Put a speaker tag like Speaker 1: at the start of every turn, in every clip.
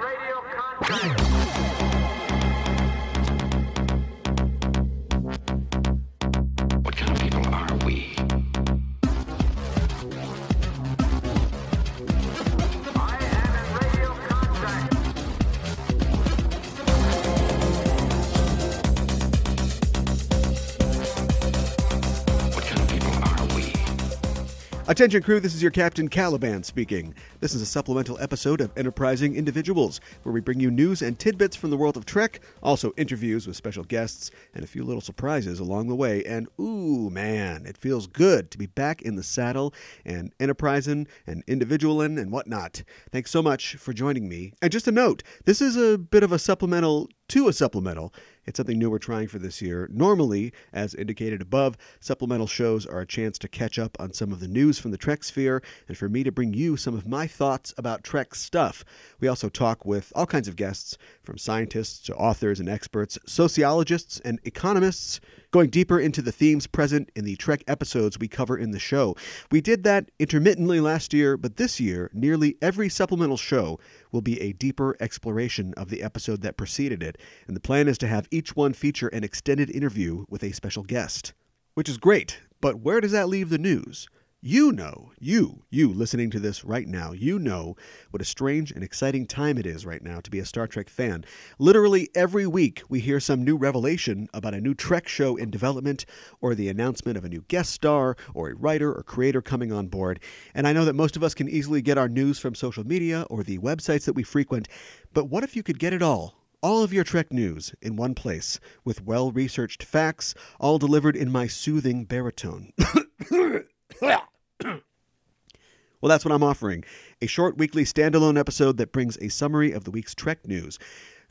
Speaker 1: radio contract.
Speaker 2: What kind of people are we?
Speaker 1: I am in radio contract.
Speaker 2: What kind of people are we?
Speaker 3: Attention, crew, this is your Captain Caliban speaking. This is a supplemental episode of Enterprising Individuals, where we bring you news and tidbits from the world of Trek, also interviews with special guests, and a few little surprises along the way. And ooh, man, it feels good to be back in the saddle and enterprising and individualin and whatnot. Thanks so much for joining me. And just a note this is a bit of a supplemental to a supplemental. It's something new we're trying for this year. Normally, as indicated above, supplemental shows are a chance to catch up on some of the news from the Trek sphere and for me to bring you some of my thoughts about Trek stuff. We also talk with all kinds of guests, from scientists to authors and experts, sociologists and economists, going deeper into the themes present in the Trek episodes we cover in the show. We did that intermittently last year, but this year, nearly every supplemental show will be a deeper exploration of the episode that preceded it, and the plan is to have each one feature an extended interview with a special guest. Which is great, but where does that leave the news? You know, you, you listening to this right now, you know what a strange and exciting time it is right now to be a Star Trek fan. Literally every week, we hear some new revelation about a new Trek show in development, or the announcement of a new guest star, or a writer or creator coming on board. And I know that most of us can easily get our news from social media or the websites that we frequent, but what if you could get it all? All of your Trek news in one place, with well researched facts, all delivered in my soothing baritone. Well, that's what I'm offering a short weekly standalone episode that brings a summary of the week's Trek news.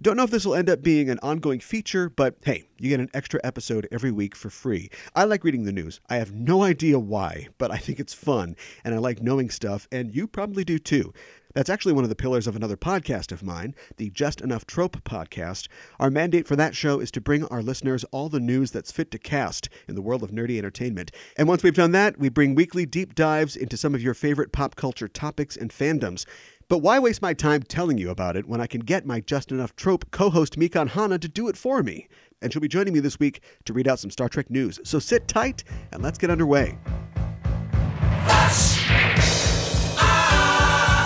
Speaker 3: Don't know if this will end up being an ongoing feature, but hey, you get an extra episode every week for free. I like reading the news. I have no idea why, but I think it's fun, and I like knowing stuff, and you probably do too. That's actually one of the pillars of another podcast of mine, the Just Enough Trope podcast. Our mandate for that show is to bring our listeners all the news that's fit to cast in the world of nerdy entertainment. And once we've done that, we bring weekly deep dives into some of your favorite pop culture topics and fandoms. But why waste my time telling you about it when I can get my Just Enough Trope co host Mikan Hana to do it for me? And she'll be joining me this week to read out some Star Trek news. So sit tight and let's get underway.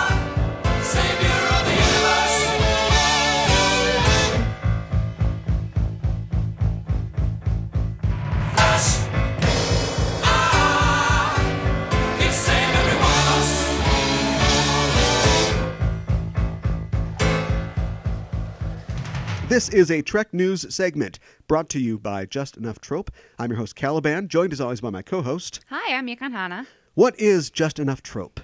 Speaker 4: Savior of the universe. Flash. Ah, he saved every one of us.
Speaker 3: This is a Trek News segment brought to you by Just Enough Trope. I'm your host, Caliban, joined as always by my co host.
Speaker 5: Hi, I'm Yukon Hana.
Speaker 3: What is Just Enough Trope?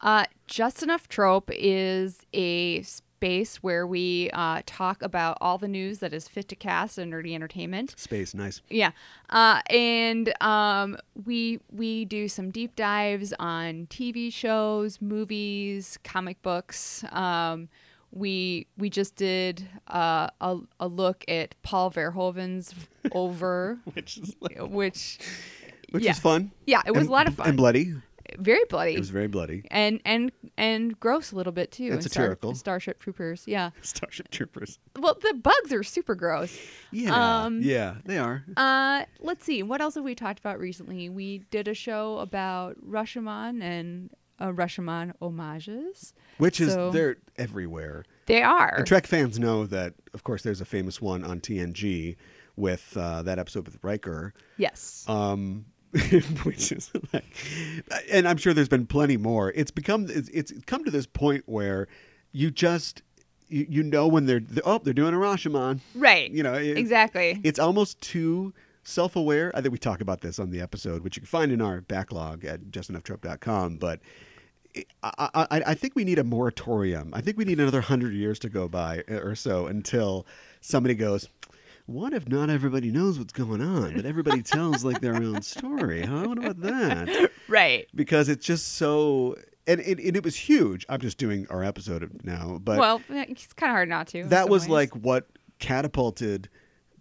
Speaker 5: Uh, Just Enough Trope is a space where we uh, talk about all the news that is fit to cast in nerdy entertainment.
Speaker 3: Space, nice.
Speaker 5: Yeah, uh, and um, we we do some deep dives on TV shows, movies, comic books. Um, we we just did uh, a a look at Paul Verhoeven's Over,
Speaker 3: Which is, like-
Speaker 5: which
Speaker 3: which
Speaker 5: yeah.
Speaker 3: is fun.
Speaker 5: Yeah, it was
Speaker 3: And-
Speaker 5: a lot of fun.
Speaker 3: And bloody.
Speaker 5: very bloody.
Speaker 3: It was very bloody.
Speaker 5: and and and gross a little bit too.
Speaker 3: And
Speaker 5: in
Speaker 3: satirical.
Speaker 5: Starship Troopers, yeah.
Speaker 3: Starship Troopers.
Speaker 5: Well, the bugs are super gross.
Speaker 3: Yeah.
Speaker 5: Um,
Speaker 3: yeah, they are.
Speaker 5: Uh, let's see. What else have we talked about recently? We did a show about Rashomon and uh, Rashomon homages.
Speaker 3: Which is,
Speaker 5: so-
Speaker 3: they're everywhere.
Speaker 5: They are.
Speaker 3: And Trek fans know that, of course, there's a famous one on TNG with uh, that episode with Riker.
Speaker 5: yes.
Speaker 3: um, which is like, and I'm sure there's been plenty more. It's become it's, it's come to this point where you just you, you know when they're, they're- oh they're doing a Rashomon,
Speaker 5: right.
Speaker 3: You know it-
Speaker 5: exactly.
Speaker 3: It's almost too self-aware. I think we talk about this on the episode, which you can find in our backlog at justenoughtrup.com, but. it- I, I, I- I think we need a moratorium. I think we need another hundred years to go by uh, or so until somebody goes, "What if not everybody knows what's going on, but everybody tells like their own story? Huh? What about that?"
Speaker 5: right.
Speaker 3: Because it's just so, and it, and it was huge. I'm just doing our episode now, but
Speaker 5: well, it's kind of hard not to. in
Speaker 3: that
Speaker 5: some
Speaker 3: was
Speaker 5: ways.
Speaker 3: like what catapulted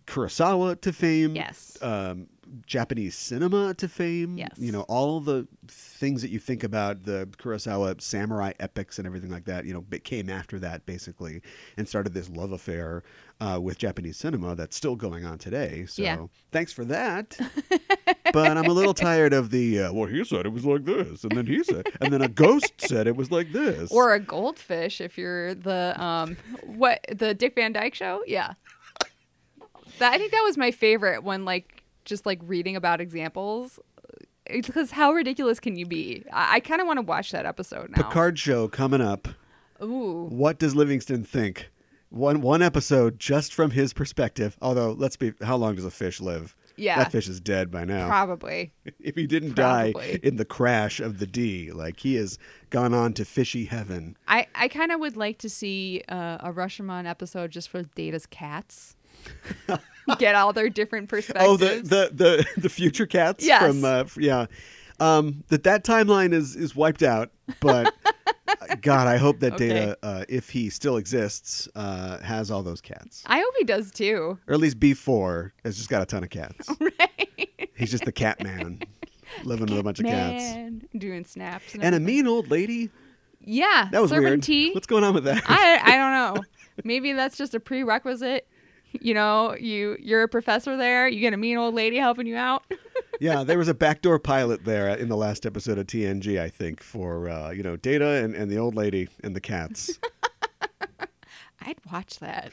Speaker 3: Kurosawa to fame.
Speaker 5: Yes.
Speaker 3: Um, Japanese cinema to fame.
Speaker 5: Yes.
Speaker 3: You know, all the things that you think about, the Kurosawa samurai epics and everything like that, you know, it came after that basically and started this love affair uh, with Japanese cinema that's still going on today. So
Speaker 5: Yeah.
Speaker 3: thanks for that. but I'm a little tired of the, uh, well, he said it was like this, and then he said, and then a ghost said it was like this.
Speaker 5: Or a goldfish if you're the um what the Dick Van Dyke show? Yeah. That, I think that was my favorite when like just like reading about examples because how ridiculous can you be? I, I kind of want to watch that episode now.
Speaker 3: Picard show coming up.
Speaker 5: Ooh.
Speaker 3: What does Livingston think? One one episode just from his perspective. Although, let's be how long does a fish live?
Speaker 5: Yeah.
Speaker 3: That fish is dead by now.
Speaker 5: Probably.
Speaker 3: if he didn't die
Speaker 5: probably.
Speaker 3: in the crash of the D, like he has gone on to fishy heaven.
Speaker 5: I, I kind of would like to see uh, a Rashomon episode just for Data's cats. Get all their different perspectives.
Speaker 3: Oh, the the the, the future cats
Speaker 5: Yes.
Speaker 3: from uh, f- yeah. Um, that that timeline is is wiped out, but uh, God, I hope that
Speaker 5: Okay.
Speaker 3: data, uh, if he still exists, uh, has all those cats.
Speaker 5: I hope he does too.
Speaker 3: or at least B4 has just got a ton of cats. He's just the cat man, living with a bunch of cats.
Speaker 5: Man, doing snaps.
Speaker 3: And a
Speaker 5: everything.
Speaker 3: mean old lady.
Speaker 5: Yeah,
Speaker 3: That was
Speaker 5: serving
Speaker 3: weird.
Speaker 5: tea.
Speaker 3: What's going on with that?
Speaker 5: I I don't know. Maybe that's just a prerequisite. You know, you you're a professor there. You get a mean old lady helping you out.
Speaker 3: yeah, there was a backdoor pilot there in the last episode of TNG, I think, for uh, you know Data and, and the old lady and the cats.
Speaker 5: I'd watch that.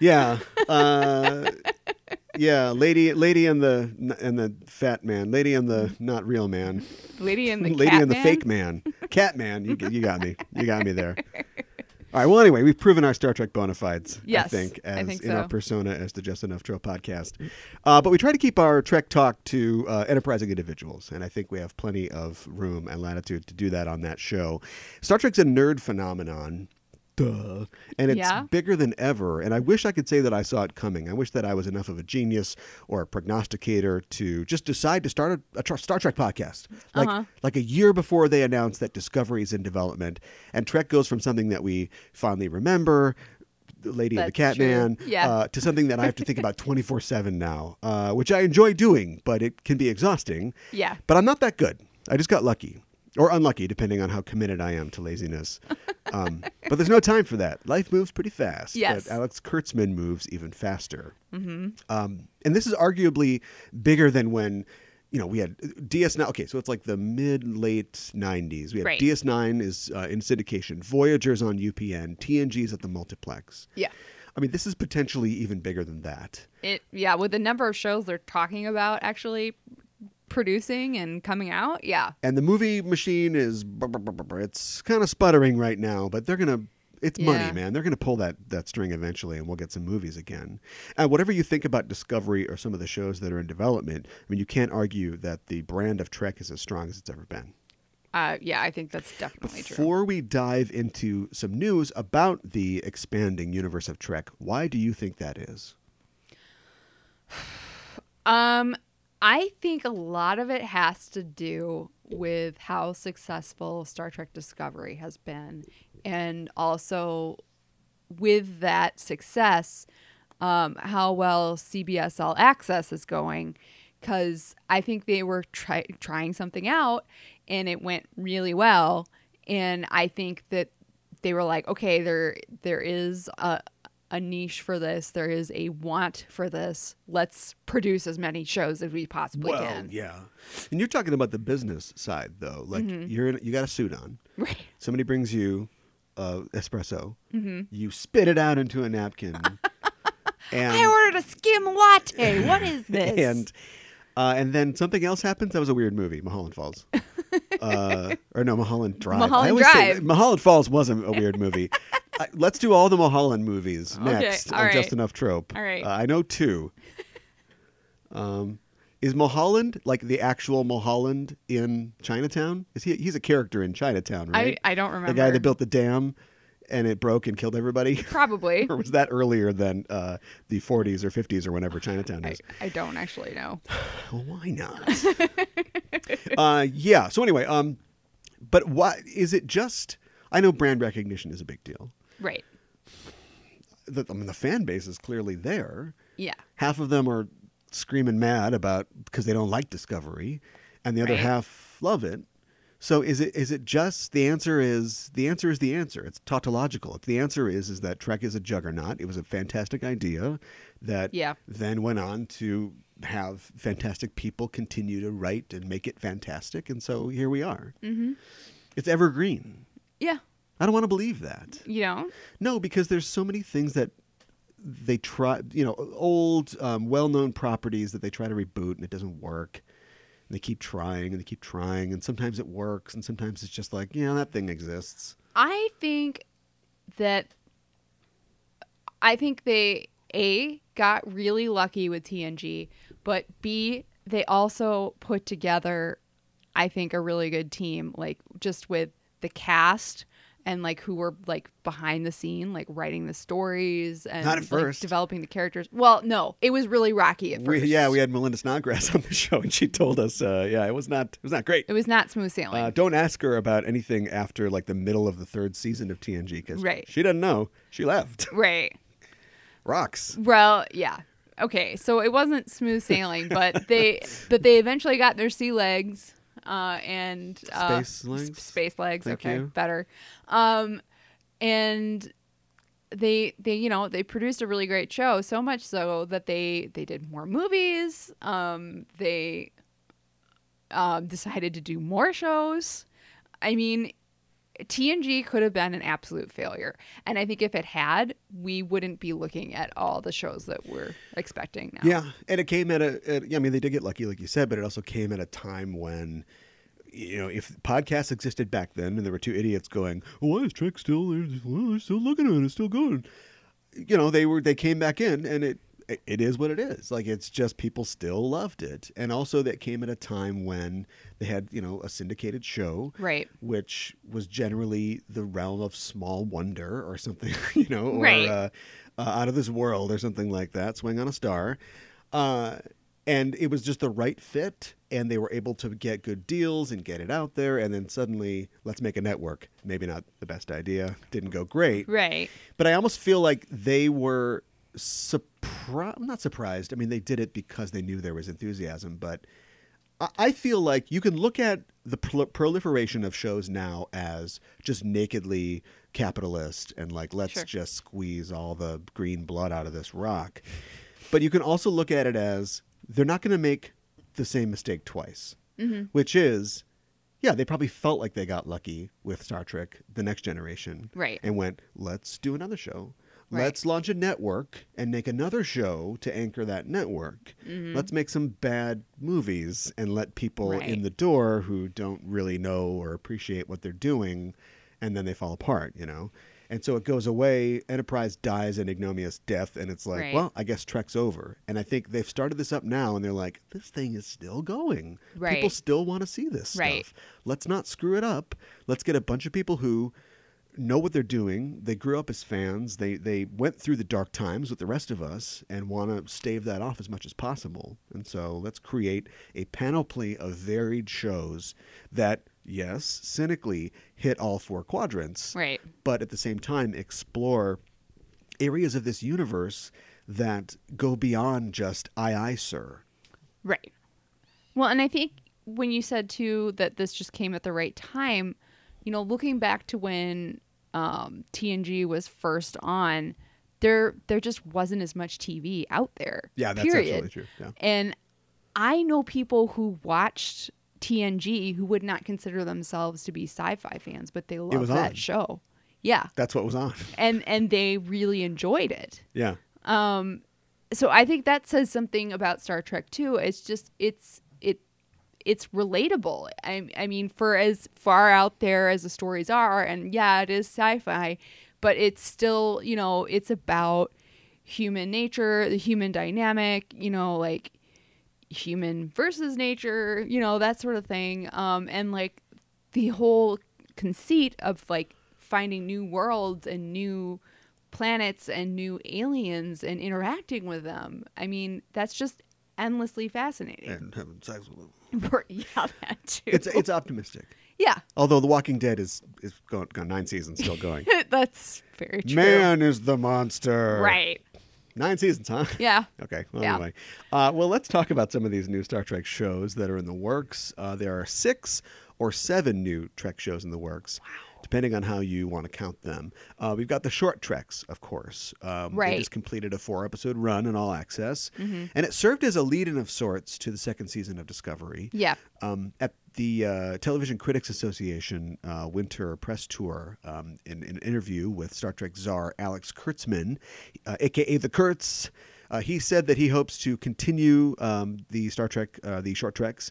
Speaker 3: Yeah, uh, yeah, lady, lady and the and the fat man, lady and the not real man,
Speaker 5: Lady and the
Speaker 3: lady
Speaker 5: cat
Speaker 3: and the
Speaker 5: man?
Speaker 3: fake man, cat man. You, you got me, you got me there. All right. Well, anyway, we've proven our Star Trek bona fides. I
Speaker 5: Yes,
Speaker 3: think,
Speaker 5: I
Speaker 3: as
Speaker 5: think
Speaker 3: in our
Speaker 5: so.
Speaker 3: persona as the Just Enough Trail podcast. Uh, but we try to keep our Trek talk to uh, enterprising individuals, and I think we have plenty of room and latitude to do that on that show. Star Trek's a nerd phenomenon. Duh. And it's
Speaker 5: Yeah.
Speaker 3: bigger than ever. And I wish I could say that I saw it coming. I wish that I was enough of a genius or a prognosticator to just decide to start a, a tr- Star Trek podcast. Like,
Speaker 5: Uh-huh.
Speaker 3: like a year before they announced that Discovery is in development. And Trek goes from something that we fondly remember, the Lady and the
Speaker 5: That's true.
Speaker 3: Catman,
Speaker 5: Yeah.
Speaker 3: uh, to something that I have to think about 24 7 now, uh, which I enjoy doing, but it can be exhausting.
Speaker 5: Yeah.
Speaker 3: But I'm not that good. I just got lucky or unlucky, depending on how committed I am to laziness. Um, but there's no time for that. Life moves pretty fast.
Speaker 5: Yes.
Speaker 3: But Alex Kurtzman moves even faster. Mm-hmm. Um, and this is arguably bigger than when. You know, we had DS9. Okay, so it's like the mid late 90s. We had
Speaker 5: Right.
Speaker 3: DS9 is uh, in syndication, Voyager's on UPN, TNG's at the multiplex.
Speaker 5: Yeah.
Speaker 3: I mean, this is potentially even bigger than that.
Speaker 5: It yeah, with the number of shows they're talking about actually producing and coming out. Yeah.
Speaker 3: and the movie machine is br- br- br- br- br- it's kind of sputtering right now but they're gonna it's money
Speaker 5: Yeah.
Speaker 3: man they're gonna pull that that string eventually and we'll get some movies again and whatever you think about discovery or some of the shows that are in development i mean you can't argue that the brand of trek is as strong as it's ever been
Speaker 5: Uh, yeah, I think that's definitely true.
Speaker 3: before we dive into some news about the expanding universe of trek why do you think that is
Speaker 5: Um, I think a lot of it has to do with how successful Star Trek Discovery has been, and also with that success, um, how well CBS All Access is going. Because I think they were try- trying something out, and it went really well. And I think that they were like, okay, there there is a a niche for this. There is a want for this. Let's produce as many shows as we possibly can.
Speaker 3: yeah and you're talking about the business side though like
Speaker 5: Mm-hmm.
Speaker 3: you're in, you got a suit on
Speaker 5: Right.
Speaker 3: somebody brings you uh, espresso, you spit it out into a napkin, and
Speaker 5: I ordered a skim latte. What is this?
Speaker 3: and uh, and then something else happens. That was a weird movie, Mulholland Falls, uh, or no, Mulholland Drive. I
Speaker 5: Mulholland
Speaker 3: always say-
Speaker 5: Drive.
Speaker 3: Mulholland Falls was a, a weird movie. I, let's do all the Mulholland movies
Speaker 5: Okay,
Speaker 3: next.
Speaker 5: all
Speaker 3: on
Speaker 5: right.
Speaker 3: Just enough trope.
Speaker 5: All right.
Speaker 3: Uh, I know two. Um, is Mulholland like the actual Mulholland in Chinatown? Is he? He's a character in Chinatown, right?
Speaker 5: I, I don't remember.
Speaker 3: The guy that built the dam and it broke and killed everybody?
Speaker 5: Probably.
Speaker 3: or was that earlier than uh, the 40s or 50s or whenever Chinatown
Speaker 5: I,
Speaker 3: is?
Speaker 5: I don't actually know.
Speaker 3: Well, why not? uh, yeah. So anyway, um, but why is it just? I know brand recognition is a big deal.
Speaker 5: Right.
Speaker 3: The, I mean, the fan base is clearly there.
Speaker 5: Yeah.
Speaker 3: Half of them are screaming mad about because they don't like Discovery, and the other
Speaker 5: Right.
Speaker 3: half love it. So is it is it just the answer is the answer is the answer. It's tautological. If the answer is is that Trek is a juggernaut, it was a fantastic idea that
Speaker 5: Yeah.
Speaker 3: then went on to have fantastic people continue to write and make it fantastic, and so here we are. Mm-hmm. It's evergreen.
Speaker 5: Yeah.
Speaker 3: I don't want to believe that.
Speaker 5: You know?
Speaker 3: No, because there's so many things that they try, you know, old, um, well-known properties that they try to reboot and it doesn't work. And they keep trying and they keep trying, and sometimes it works, and sometimes it's just like, yeah, that thing exists.
Speaker 5: I think that I think they A got really lucky with TNG, but B they also put together I think a really good team like just with the cast and like who were like behind the scene like writing the stories and
Speaker 3: Not at
Speaker 5: like,
Speaker 3: first.
Speaker 5: developing the characters. Well, no, it was really rocky at first.
Speaker 3: We, yeah, we had Melinda Snodgrass on the show, and she told us, uh, yeah, it was not, it was not great.
Speaker 5: it was not smooth sailing.
Speaker 3: Uh, don't ask her about anything after like the middle of the third season of TNG because
Speaker 5: Right.
Speaker 3: she doesn't know. She left.
Speaker 5: right.
Speaker 3: Rocks.
Speaker 5: Well, yeah. Okay, so it wasn't smooth sailing, but they but they eventually got their sea legs uh, and uh,
Speaker 3: Space legs?
Speaker 5: space legs.
Speaker 3: Thank
Speaker 5: okay,
Speaker 3: you.
Speaker 5: better. Um, and they they you know they produced a really great show, so much so that they they did more movies. Um, they um, decided to do more shows. I mean, TNG could have been an absolute failure. And I think if it had, we wouldn't be looking at all the shows that we're expecting now.
Speaker 3: Yeah, and it came at a. At, yeah, I mean, they did get lucky, like you said, but it also came at a time when, you know, if podcasts existed back then, and there were two idiots going, "Why is Trek still? There? Well, they're still looking at it. It's still going." You know, they were they came back in, and it it is what it is. Like it's just people still loved it, and also that came at a time when they had you know a syndicated show,
Speaker 5: Right.
Speaker 3: which was generally the realm of small wonder or something, you know, or
Speaker 5: Right.
Speaker 3: uh, uh, out of this world or something like that, swing on a star. Uh, and it was just the right fit, and they were able to get good deals and get it out there. And then suddenly, let's make a network. Maybe not the best idea, didn't go great.
Speaker 5: Right.
Speaker 3: But I almost feel like they were surprised. Not surprised. I mean, they did it because they knew there was enthusiasm. But I, I feel like you can look at the prol- proliferation of shows now as just nakedly capitalist and like let's
Speaker 5: Sure.
Speaker 3: just squeeze all the green blood out of this rock. But you can also look at it as they're not going to make the same mistake twice, which is. Yeah, they probably felt like they got lucky with Star Trek: The Next Generation,
Speaker 5: Right.
Speaker 3: And went, let's do another show.
Speaker 5: Right.
Speaker 3: Let's launch a network and make another show to anchor that network.
Speaker 5: Mm-hmm.
Speaker 3: Let's make some bad movies and let people in
Speaker 5: Right.
Speaker 3: the door who don't really know or appreciate what they're doing, and then they fall apart, you know? And so it goes away. Enterprise dies an ignominious death, and it's like,
Speaker 5: Right.
Speaker 3: well, I guess Trek's over. And I think they've started this up now, and they're like, this thing is still going. People
Speaker 5: Right.
Speaker 3: still want to see this
Speaker 5: Right.
Speaker 3: stuff. Let's not screw it up. Let's get a bunch of people who know what they're doing. They grew up as fans. They they went through the dark times with the rest of us and want to stave that off as much as possible. And so let's create a panoply of varied shows that yes, cynically hit all four quadrants,
Speaker 5: Right.
Speaker 3: but at the same time explore areas of this universe that go beyond just I I sir.
Speaker 5: Right. Well, and I think when you said too that this just came at the right time, you know, looking back to when um, TNG was first on, there there just wasn't as much TV out there.
Speaker 3: Yeah, that's
Speaker 5: period.
Speaker 3: absolutely true, yeah.
Speaker 5: And I know people who watched TNG who would not consider themselves to be sci-fi fans, but they loved
Speaker 3: was
Speaker 5: that
Speaker 3: on.
Speaker 5: show. Yeah,
Speaker 3: That's what was on.
Speaker 5: and and they really enjoyed it
Speaker 3: yeah.
Speaker 5: so I think that says something about Star Trek too. It's just it's it it's relatable. I I mean, for as far out there as the stories are, and yeah, it is sci-fi, but it's still you know it's about human nature, the human dynamic, you know, like human versus nature, you know, that sort of thing. Um, and like the whole conceit of like finding new worlds and new planets and new aliens and interacting with them. I mean, that's just endlessly fascinating.
Speaker 3: And having sex with them.
Speaker 5: yeah, that too.
Speaker 3: It's it's optimistic.
Speaker 5: yeah,
Speaker 3: Although The Walking Dead is is gone, gone nine seasons, still going.
Speaker 5: that's very true.
Speaker 3: Man is the monster.
Speaker 5: Right.
Speaker 3: Nine seasons, huh?
Speaker 5: Yeah.
Speaker 3: Okay. Well,
Speaker 5: Yeah.
Speaker 3: anyway, uh, well, let's talk about some of these new Star Trek shows that are in the works. Uh, there are six or seven new Trek shows in the works, depending on how you want to count them. Uh, we've got the short Treks, of course. Um, They
Speaker 5: Right. Mm-hmm.
Speaker 3: just completed a four-episode run in All Access, and it served as a lead-in of sorts to the second season of Discovery
Speaker 5: Yeah.
Speaker 3: um, at the uh, Television Critics Association uh, winter press tour, um, in, in an interview with Star Trek czar Alex Kurtzman, uh, aka the Kurtz, uh, he said that he hopes to continue um, the Star Trek, uh, the short treks,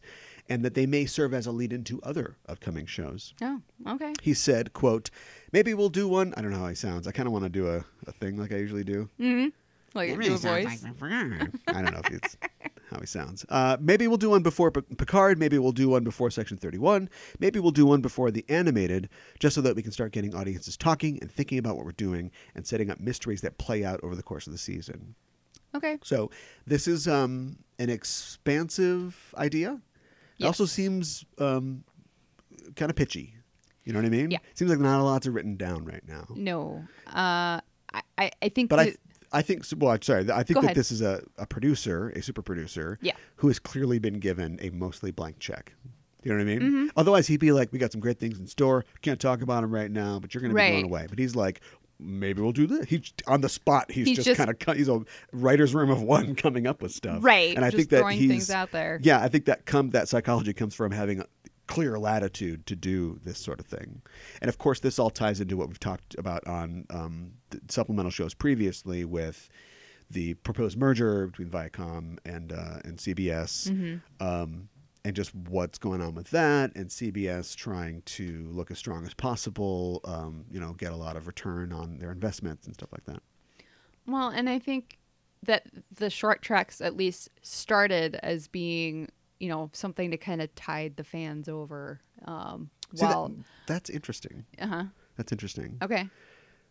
Speaker 3: and that they may serve as a lead-in to other upcoming shows.
Speaker 5: Oh, okay.
Speaker 3: He said, "quote Maybe we'll do one. I don't know how he sounds. I kind of want to do a, a thing like I usually do.
Speaker 5: Like do a voice.
Speaker 3: I don't know if it's how he sounds. Uh, maybe we'll do one before P- Picard. Maybe we'll do one before Section 31. Maybe we'll do one before the animated, just so that we can start getting audiences talking and thinking about what we're doing and setting up mysteries that play out over the course of the season.
Speaker 5: okay.
Speaker 3: So this is um, an expansive idea. It
Speaker 5: Yes.
Speaker 3: also seems um, kind of pitchy. You know what I mean?
Speaker 5: Yeah.
Speaker 3: Seems like not a lot's written down right now.
Speaker 5: No. Uh, I, I, I think
Speaker 3: But I,
Speaker 5: that-
Speaker 3: I think, well, I'm sorry. I think
Speaker 5: Go
Speaker 3: that
Speaker 5: ahead.
Speaker 3: this is a, a producer, a super producer,
Speaker 5: Yeah.
Speaker 3: who has clearly been given a mostly blank check. Do you know what I mean?
Speaker 5: Mm-hmm.
Speaker 3: Otherwise, he'd be like, "We got some great things in store. Can't talk about them right now, but you're going to be
Speaker 5: Right.
Speaker 3: blown away." But he's like, "Maybe we'll do this." He's on the spot. He's,
Speaker 5: He's
Speaker 3: just,
Speaker 5: just-
Speaker 3: kind of he's a writer's room of one, coming up with stuff.
Speaker 5: Right,
Speaker 3: And I
Speaker 5: just
Speaker 3: think that
Speaker 5: throwing
Speaker 3: he's
Speaker 5: things out there.
Speaker 3: Yeah, I think that come that psychology comes from having clear latitude to do this sort of thing. And of course, this all ties into what we've talked about on um, the supplemental shows previously with the proposed merger between Viacom and uh, and CBS, um, and just what's going on with that, and CBS trying to look as strong as possible, um, you know, get a lot of return on their investments and stuff like that.
Speaker 5: Well, and I think that the short tracks at least started as being, you know, something to kind of tide the fans over. Um,
Speaker 3: See, that-
Speaker 5: while,
Speaker 3: that's interesting.
Speaker 5: uh huh.
Speaker 3: That's interesting.
Speaker 5: Okay.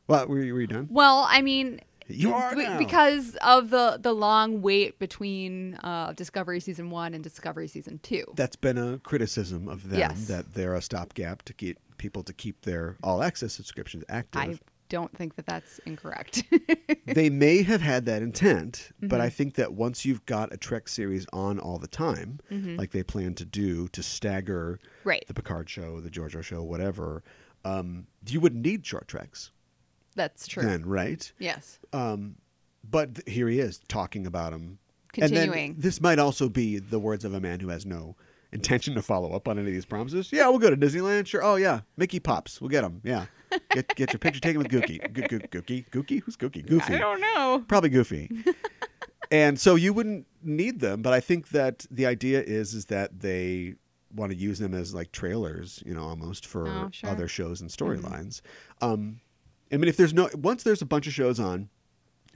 Speaker 3: Well, were you, were you done?
Speaker 5: Well, I mean,
Speaker 3: You are
Speaker 5: be-
Speaker 3: now.
Speaker 5: because of the the long wait between uh, Discovery season one and Discovery season two.
Speaker 3: that's been a criticism of them
Speaker 5: Yes.
Speaker 3: that they're a stopgap to get people to keep their all access subscriptions
Speaker 5: I
Speaker 3: active.
Speaker 5: don't think that that's incorrect.
Speaker 3: they may have had that intent, but I
Speaker 5: Mm-hmm.
Speaker 3: think that once you've got a Trek series on all the time, like they plan to do to stagger
Speaker 5: Mm-hmm. Right.
Speaker 3: the Picard show, the Giorgio show, whatever, um, you wouldn't need short treks
Speaker 5: that's true.
Speaker 3: then, right?
Speaker 5: Yes.
Speaker 3: But th- here he is talking about him. And
Speaker 5: Continuing.
Speaker 3: then this might also be the words of a man who has no intention to follow up on any of these promises. Yeah, we'll go to Disneyland. Sure. Oh yeah, Mickey pops. We'll get him. Yeah. Get get your picture taken with Gookie. Goo- goo- Gookie. Gookie. Who's Gookie? Goofy.
Speaker 5: I don't know.
Speaker 3: Probably Goofy. and so you wouldn't need them, but I think that the idea is is that they want to use them as like trailers, you know, almost for
Speaker 5: Oh, sure. Mm-hmm.
Speaker 3: other shows and storylines. Um, I mean, if there's no once there's a bunch of shows on,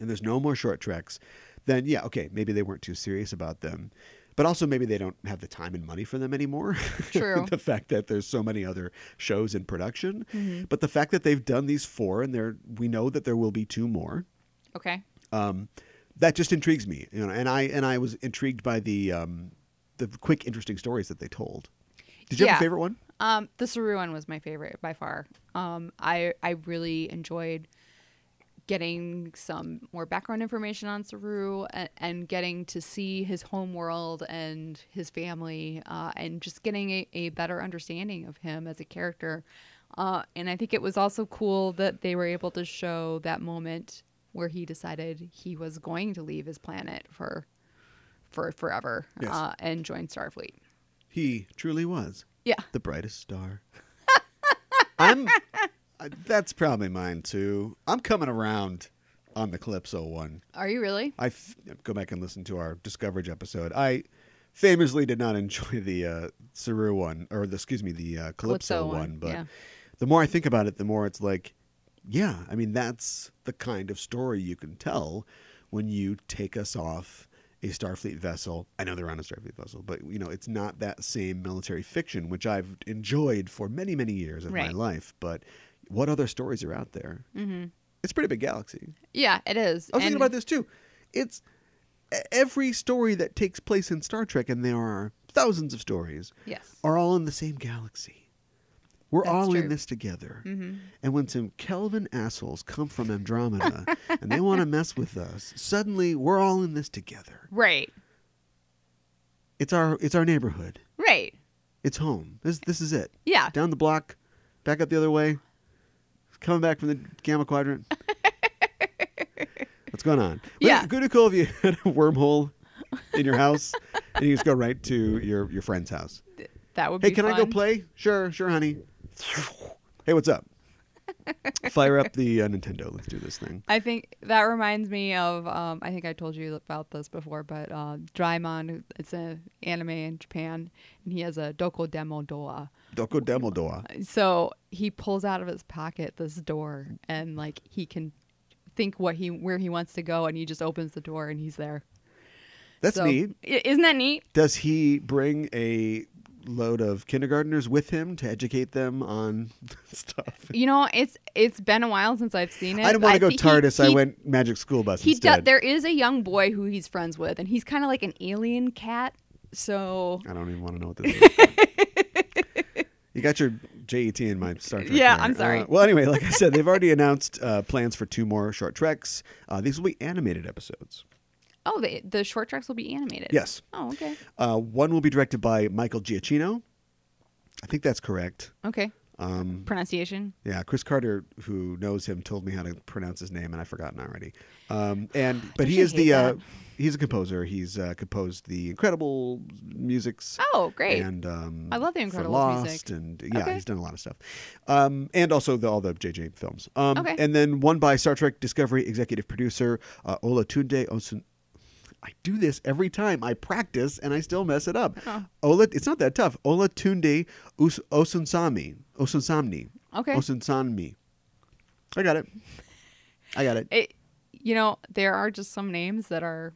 Speaker 3: and there's no more short treks, then yeah, okay, maybe they weren't too serious about them. But also maybe they don't have the time and money for them anymore.
Speaker 5: True.
Speaker 3: the fact that there's so many other shows in production,
Speaker 5: Mm-hmm.
Speaker 3: but the fact that they've done these four and there we know that there will be two more
Speaker 5: Okay.
Speaker 3: um, that just intrigues me. You know, and I and I was intrigued by the um, the quick, interesting stories that they told. Did you have
Speaker 5: Yeah.
Speaker 3: a favorite one?
Speaker 5: Um, the Saru one was my favorite by far. Um, I I really enjoyed getting some more background information on Saru and, and getting to see his home world and his family uh, and just getting a, a better understanding of him as a character. Uh, and I think it was also cool that they were able to show that moment where he decided he was going to leave his planet for for forever
Speaker 3: Yes.
Speaker 5: uh, and join Starfleet.
Speaker 3: He truly was
Speaker 5: Yeah.
Speaker 3: the brightest star. I'm. I- That's probably mine too. I'm coming around on the Calypso one.
Speaker 5: Are you really?
Speaker 3: I f- go back and listen to our Discoverage episode. I famously did not enjoy the uh, Saru one, or the, excuse me, the uh, Calypso,
Speaker 5: Calypso
Speaker 3: one,
Speaker 5: one,
Speaker 3: but
Speaker 5: yeah.
Speaker 3: the more I think about it, the more it's like, yeah, I mean, that's the kind of story you can tell when you take us off a Starfleet vessel. I know they're on a Starfleet vessel, but, you know, it's not that same military fiction, which I've enjoyed for many, many years of my
Speaker 5: Right.
Speaker 3: life. But what other stories are out there? Mm-hmm. It's a pretty big galaxy.
Speaker 5: Yeah, it is.
Speaker 3: I was thinking
Speaker 5: And-
Speaker 3: about this too. It's e- every story that takes place in Star Trek, and there are thousands of stories,
Speaker 5: Yes.
Speaker 3: are all in the same galaxy. We're
Speaker 5: That's
Speaker 3: all in
Speaker 5: true. Mm-hmm.
Speaker 3: this together. And when some Kelvin assholes come from Andromeda and they want to mess with us, suddenly we're all in this together.
Speaker 5: Right.
Speaker 3: It's our it's our neighborhood.
Speaker 5: Right.
Speaker 3: It's home. This this is it.
Speaker 5: Yeah.
Speaker 3: Down the block, back up the other way, coming back from the Gamma Quadrant. What's going on? Would it-
Speaker 5: Yeah.
Speaker 3: Would it be cool if you had a wormhole in your house and you just go right to your, your friend's house?
Speaker 5: That would
Speaker 3: Hey,
Speaker 5: be
Speaker 3: can I go
Speaker 5: fun.
Speaker 3: play? Sure, sure, honey. Hey, what's up? Fire up the uh, Nintendo. Let's do this thing.
Speaker 5: I think that reminds me of um, I think I told you about this before, but uh, Draimon, it's an anime in Japan, and he has a Doko Demo Doa.
Speaker 3: Doko Demo Doa.
Speaker 5: So he pulls out of his pocket this door, and like he can think what he where he wants to go, and he just opens the door, and he's there.
Speaker 3: That's
Speaker 5: So-
Speaker 3: neat.
Speaker 5: I- Isn't that neat?
Speaker 3: Does he bring a load of kindergartners with him to educate them on stuff?
Speaker 5: You know, it's it's been a while since I've seen it.
Speaker 3: I didn't want to go
Speaker 5: thi- he-
Speaker 3: TARDIS. I
Speaker 5: he-
Speaker 3: went Magic School Bus
Speaker 5: He does.
Speaker 3: instead.
Speaker 5: There is a young boy who he's friends with, and he's kind of like an alien cat. So
Speaker 3: I don't even want to know what this is. you got your JET in my Star Trek.
Speaker 5: Yeah,
Speaker 3: there.
Speaker 5: I'm sorry.
Speaker 3: Uh, well, anyway, like I said, they've already announced uh, plans for two more short treks. Uh, these will be animated episodes.
Speaker 5: Oh, the the short tracks will be animated.
Speaker 3: Yes.
Speaker 5: Oh, okay.
Speaker 3: Uh, one will be directed by Michael Giacchino. I think that's correct.
Speaker 5: Okay. Um, Pronunciation.
Speaker 3: Yeah, Chris Carter, who knows him, told me how to pronounce his name, and I've forgotten already. Um, and but he
Speaker 5: you
Speaker 3: is
Speaker 5: hate
Speaker 3: the uh,
Speaker 5: that?
Speaker 3: he's a composer. He's uh, composed the incredible musics.
Speaker 5: Oh, great.
Speaker 3: And um,
Speaker 5: I love the
Speaker 3: for
Speaker 5: Incredibles
Speaker 3: Lost
Speaker 5: music.
Speaker 3: And yeah,
Speaker 5: Okay.
Speaker 3: he's done a lot of stuff. Um, and also the, all the JJ films. Um,
Speaker 5: Okay.
Speaker 3: And then one by Star Trek Discovery executive producer uh, Olatunde Osun. I do this every time. I practice and I still mess it up. Ola, it's not that tough. Olatunde Us- Osunsami. Osunsamni.
Speaker 5: Okay.
Speaker 3: Osunsanmi. I got it. I got it.
Speaker 5: It, you know, there are just some names that are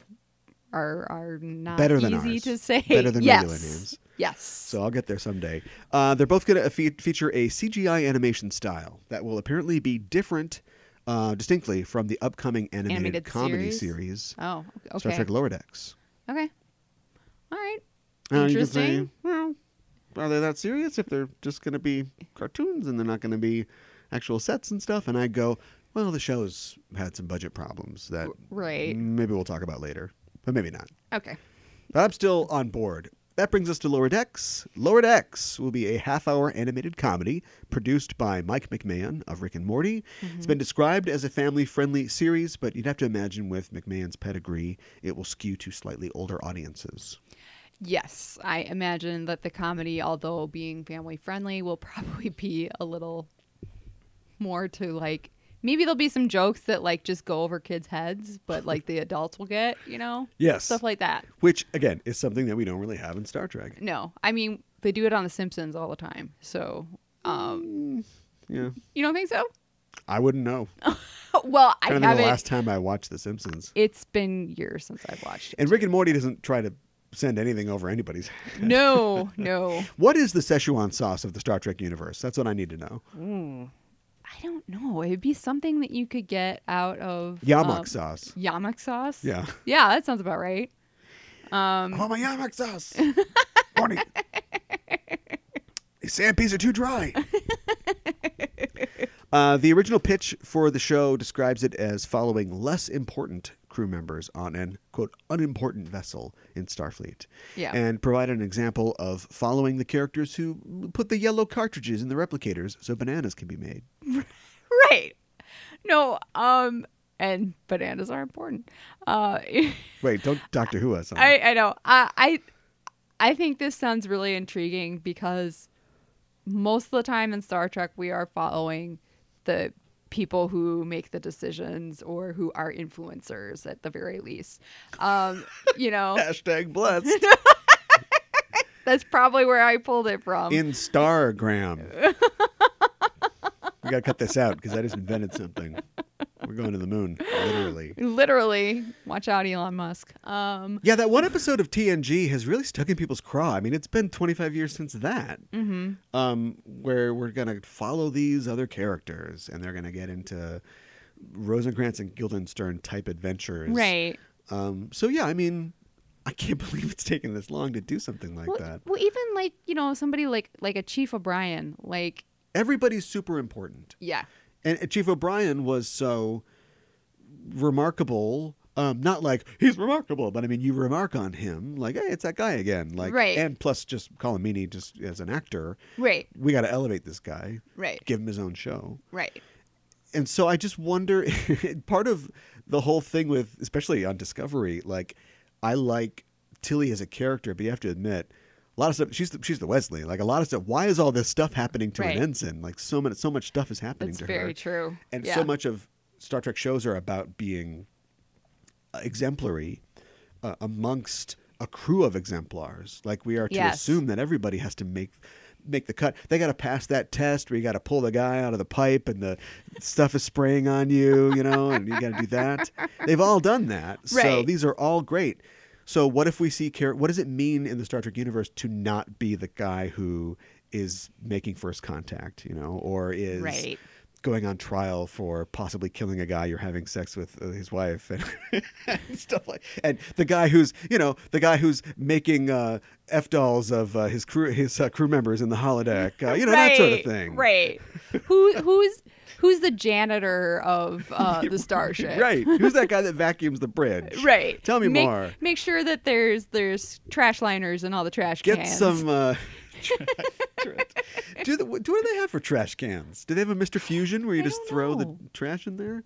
Speaker 5: are are not
Speaker 3: Better than
Speaker 5: easy
Speaker 3: ours.
Speaker 5: to say.
Speaker 3: Better than
Speaker 5: yes.
Speaker 3: regular names.
Speaker 5: Yes.
Speaker 3: So I'll get there someday. Uh, they're both going to fe- feature a CGI animation style that will apparently be different, uh, distinctly from the upcoming animated,
Speaker 5: Animated
Speaker 3: comedy
Speaker 5: series?
Speaker 3: series,
Speaker 5: oh, okay.
Speaker 3: Star Trek Lower Decks.
Speaker 5: Okay. All right.
Speaker 3: Now, you could
Speaker 5: Interesting.
Speaker 3: say, well, are they that serious if they're just going to be cartoons and they're not going to be actual sets and stuff? And I go, well, the show's had some budget problems that
Speaker 5: right.
Speaker 3: maybe we'll talk about later, but maybe not.
Speaker 5: Okay.
Speaker 3: But I'm still on board. That brings us to Lower Decks. Lower Decks will be a half hour animated comedy produced by Mike McMahon of Rick and Morty. It's been described as a family friendly series, but you'd have to imagine with McMahon's pedigree, it will skew to slightly older audiences.
Speaker 5: Yes, I imagine that the comedy, although being family friendly, will probably be a little more to like. Maybe there'll be some jokes that like just go over kids' heads, but like the adults will get, you know,
Speaker 3: Yes.
Speaker 5: stuff like that.
Speaker 3: Which, again, is something that we don't really have in Star Trek.
Speaker 5: No, I mean they do it on The Simpsons all the time. So, um,
Speaker 3: Yeah.
Speaker 5: you don't think so?
Speaker 3: I wouldn't know. I
Speaker 5: Oh, well, I
Speaker 3: don't know the
Speaker 5: haven't.
Speaker 3: last time I watched The Simpsons.
Speaker 5: It's been years since I've watched it.
Speaker 3: And Rick and Morty doesn't try to send anything over anybody's
Speaker 5: no, no,
Speaker 3: What is the Szechuan sauce of the Star Trek universe? That's what I need to know.
Speaker 5: I don't know. It'd be something that you could get out of
Speaker 3: Yamak
Speaker 5: um,
Speaker 3: sauce.
Speaker 5: Yamak sauce.
Speaker 3: Yeah.
Speaker 5: Yeah, that sounds about right.
Speaker 3: I want my yamak sauce. Morning. These sandpeas are too dry. uh, the original pitch for the show describes it as following less important crew members on an quote unimportant vessel in Starfleet.
Speaker 5: Yeah.
Speaker 3: And provide an example of following the characters who put the yellow cartridges in the replicators so bananas can be made.
Speaker 5: Right. No, um and bananas are important. Uh
Speaker 3: Wait, don't Doctor Who us. on
Speaker 5: I I know. I I I think this sounds really intriguing because most of the time in Star Trek we are following the people who make the decisions or who are influencers at the very least. Um, you know,
Speaker 3: Hashtag blessed
Speaker 5: that's probably where I pulled it from.
Speaker 3: in Stargram. we gotta cut this out because I just invented something. We're going to the moon, literally.
Speaker 5: Literally, watch out Elon Musk. Um
Speaker 3: Yeah, that one episode of TNG has really stuck in people's craw. I mean, it's been 25 years since that, mm-hmm. um, where we're gonna follow these other characters and they're gonna get into Rosencrantz and Guildenstern type adventures.
Speaker 5: right.
Speaker 3: Um, so yeah, I mean, I can't believe it's taken this long to do something like
Speaker 5: well,
Speaker 3: that.
Speaker 5: well, even like you know somebody like like a Chief O'Brien, like
Speaker 3: everybody's super important.
Speaker 5: Yeah.
Speaker 3: And uh, Chief O'Brien was so remarkable. Um, not like he's remarkable, but I mean, you remark on him, like, hey, it's that guy again. Like,
Speaker 5: Right.
Speaker 3: And plus, just Colin Meaney, just as an actor,
Speaker 5: Right.
Speaker 3: we got to elevate this guy,
Speaker 5: Right.
Speaker 3: Give him his own show
Speaker 5: Right.
Speaker 3: and so I just wonder part of the whole thing with especially on Discovery, like I like Tilly as a character, but you have to admit a lot of stuff she's the, she's the Wesley. Like a lot of stuff why is all this stuff happening to
Speaker 5: Right.
Speaker 3: an ensign? Like so much so much stuff is happening
Speaker 5: That's
Speaker 3: to
Speaker 5: very
Speaker 3: her.
Speaker 5: true.
Speaker 3: And
Speaker 5: Mm-hmm. Yeah.
Speaker 3: so much of Star Trek shows are about being uh, exemplary uh, amongst a crew of exemplars. Like we are to
Speaker 5: Yes.
Speaker 3: assume that everybody has to make make the cut. They got to pass that test where you got to pull the guy out of the pipe and the stuff is spraying on you, you know, and you got to do that. They've all done that. So
Speaker 5: Right.
Speaker 3: these are all great. So what if we see care what does it mean in the Star Trek universe to not be the guy who is making first contact, you know, or is
Speaker 5: Right.
Speaker 3: going on trial for possibly killing a guy you're having sex with uh, his wife and, and stuff like and the guy who's you know the guy who's making uh, f dolls of uh, his crew his uh, crew members in the holodeck uh, you know that sort of
Speaker 5: Right,
Speaker 3: thing
Speaker 5: Right. Who who's who's the janitor of uh, the starship?
Speaker 3: right who's that guy that vacuums the bridge
Speaker 5: Right.
Speaker 3: Tell me
Speaker 5: make,
Speaker 3: more.
Speaker 5: Make sure that there's there's trash liners in all the trash
Speaker 3: get
Speaker 5: cans.
Speaker 3: some uh, tra- tra- do the, what do they have for trash cans do they have a Mr Fusion where you
Speaker 5: I
Speaker 3: just
Speaker 5: don't
Speaker 3: throw the
Speaker 5: know.
Speaker 3: trash in there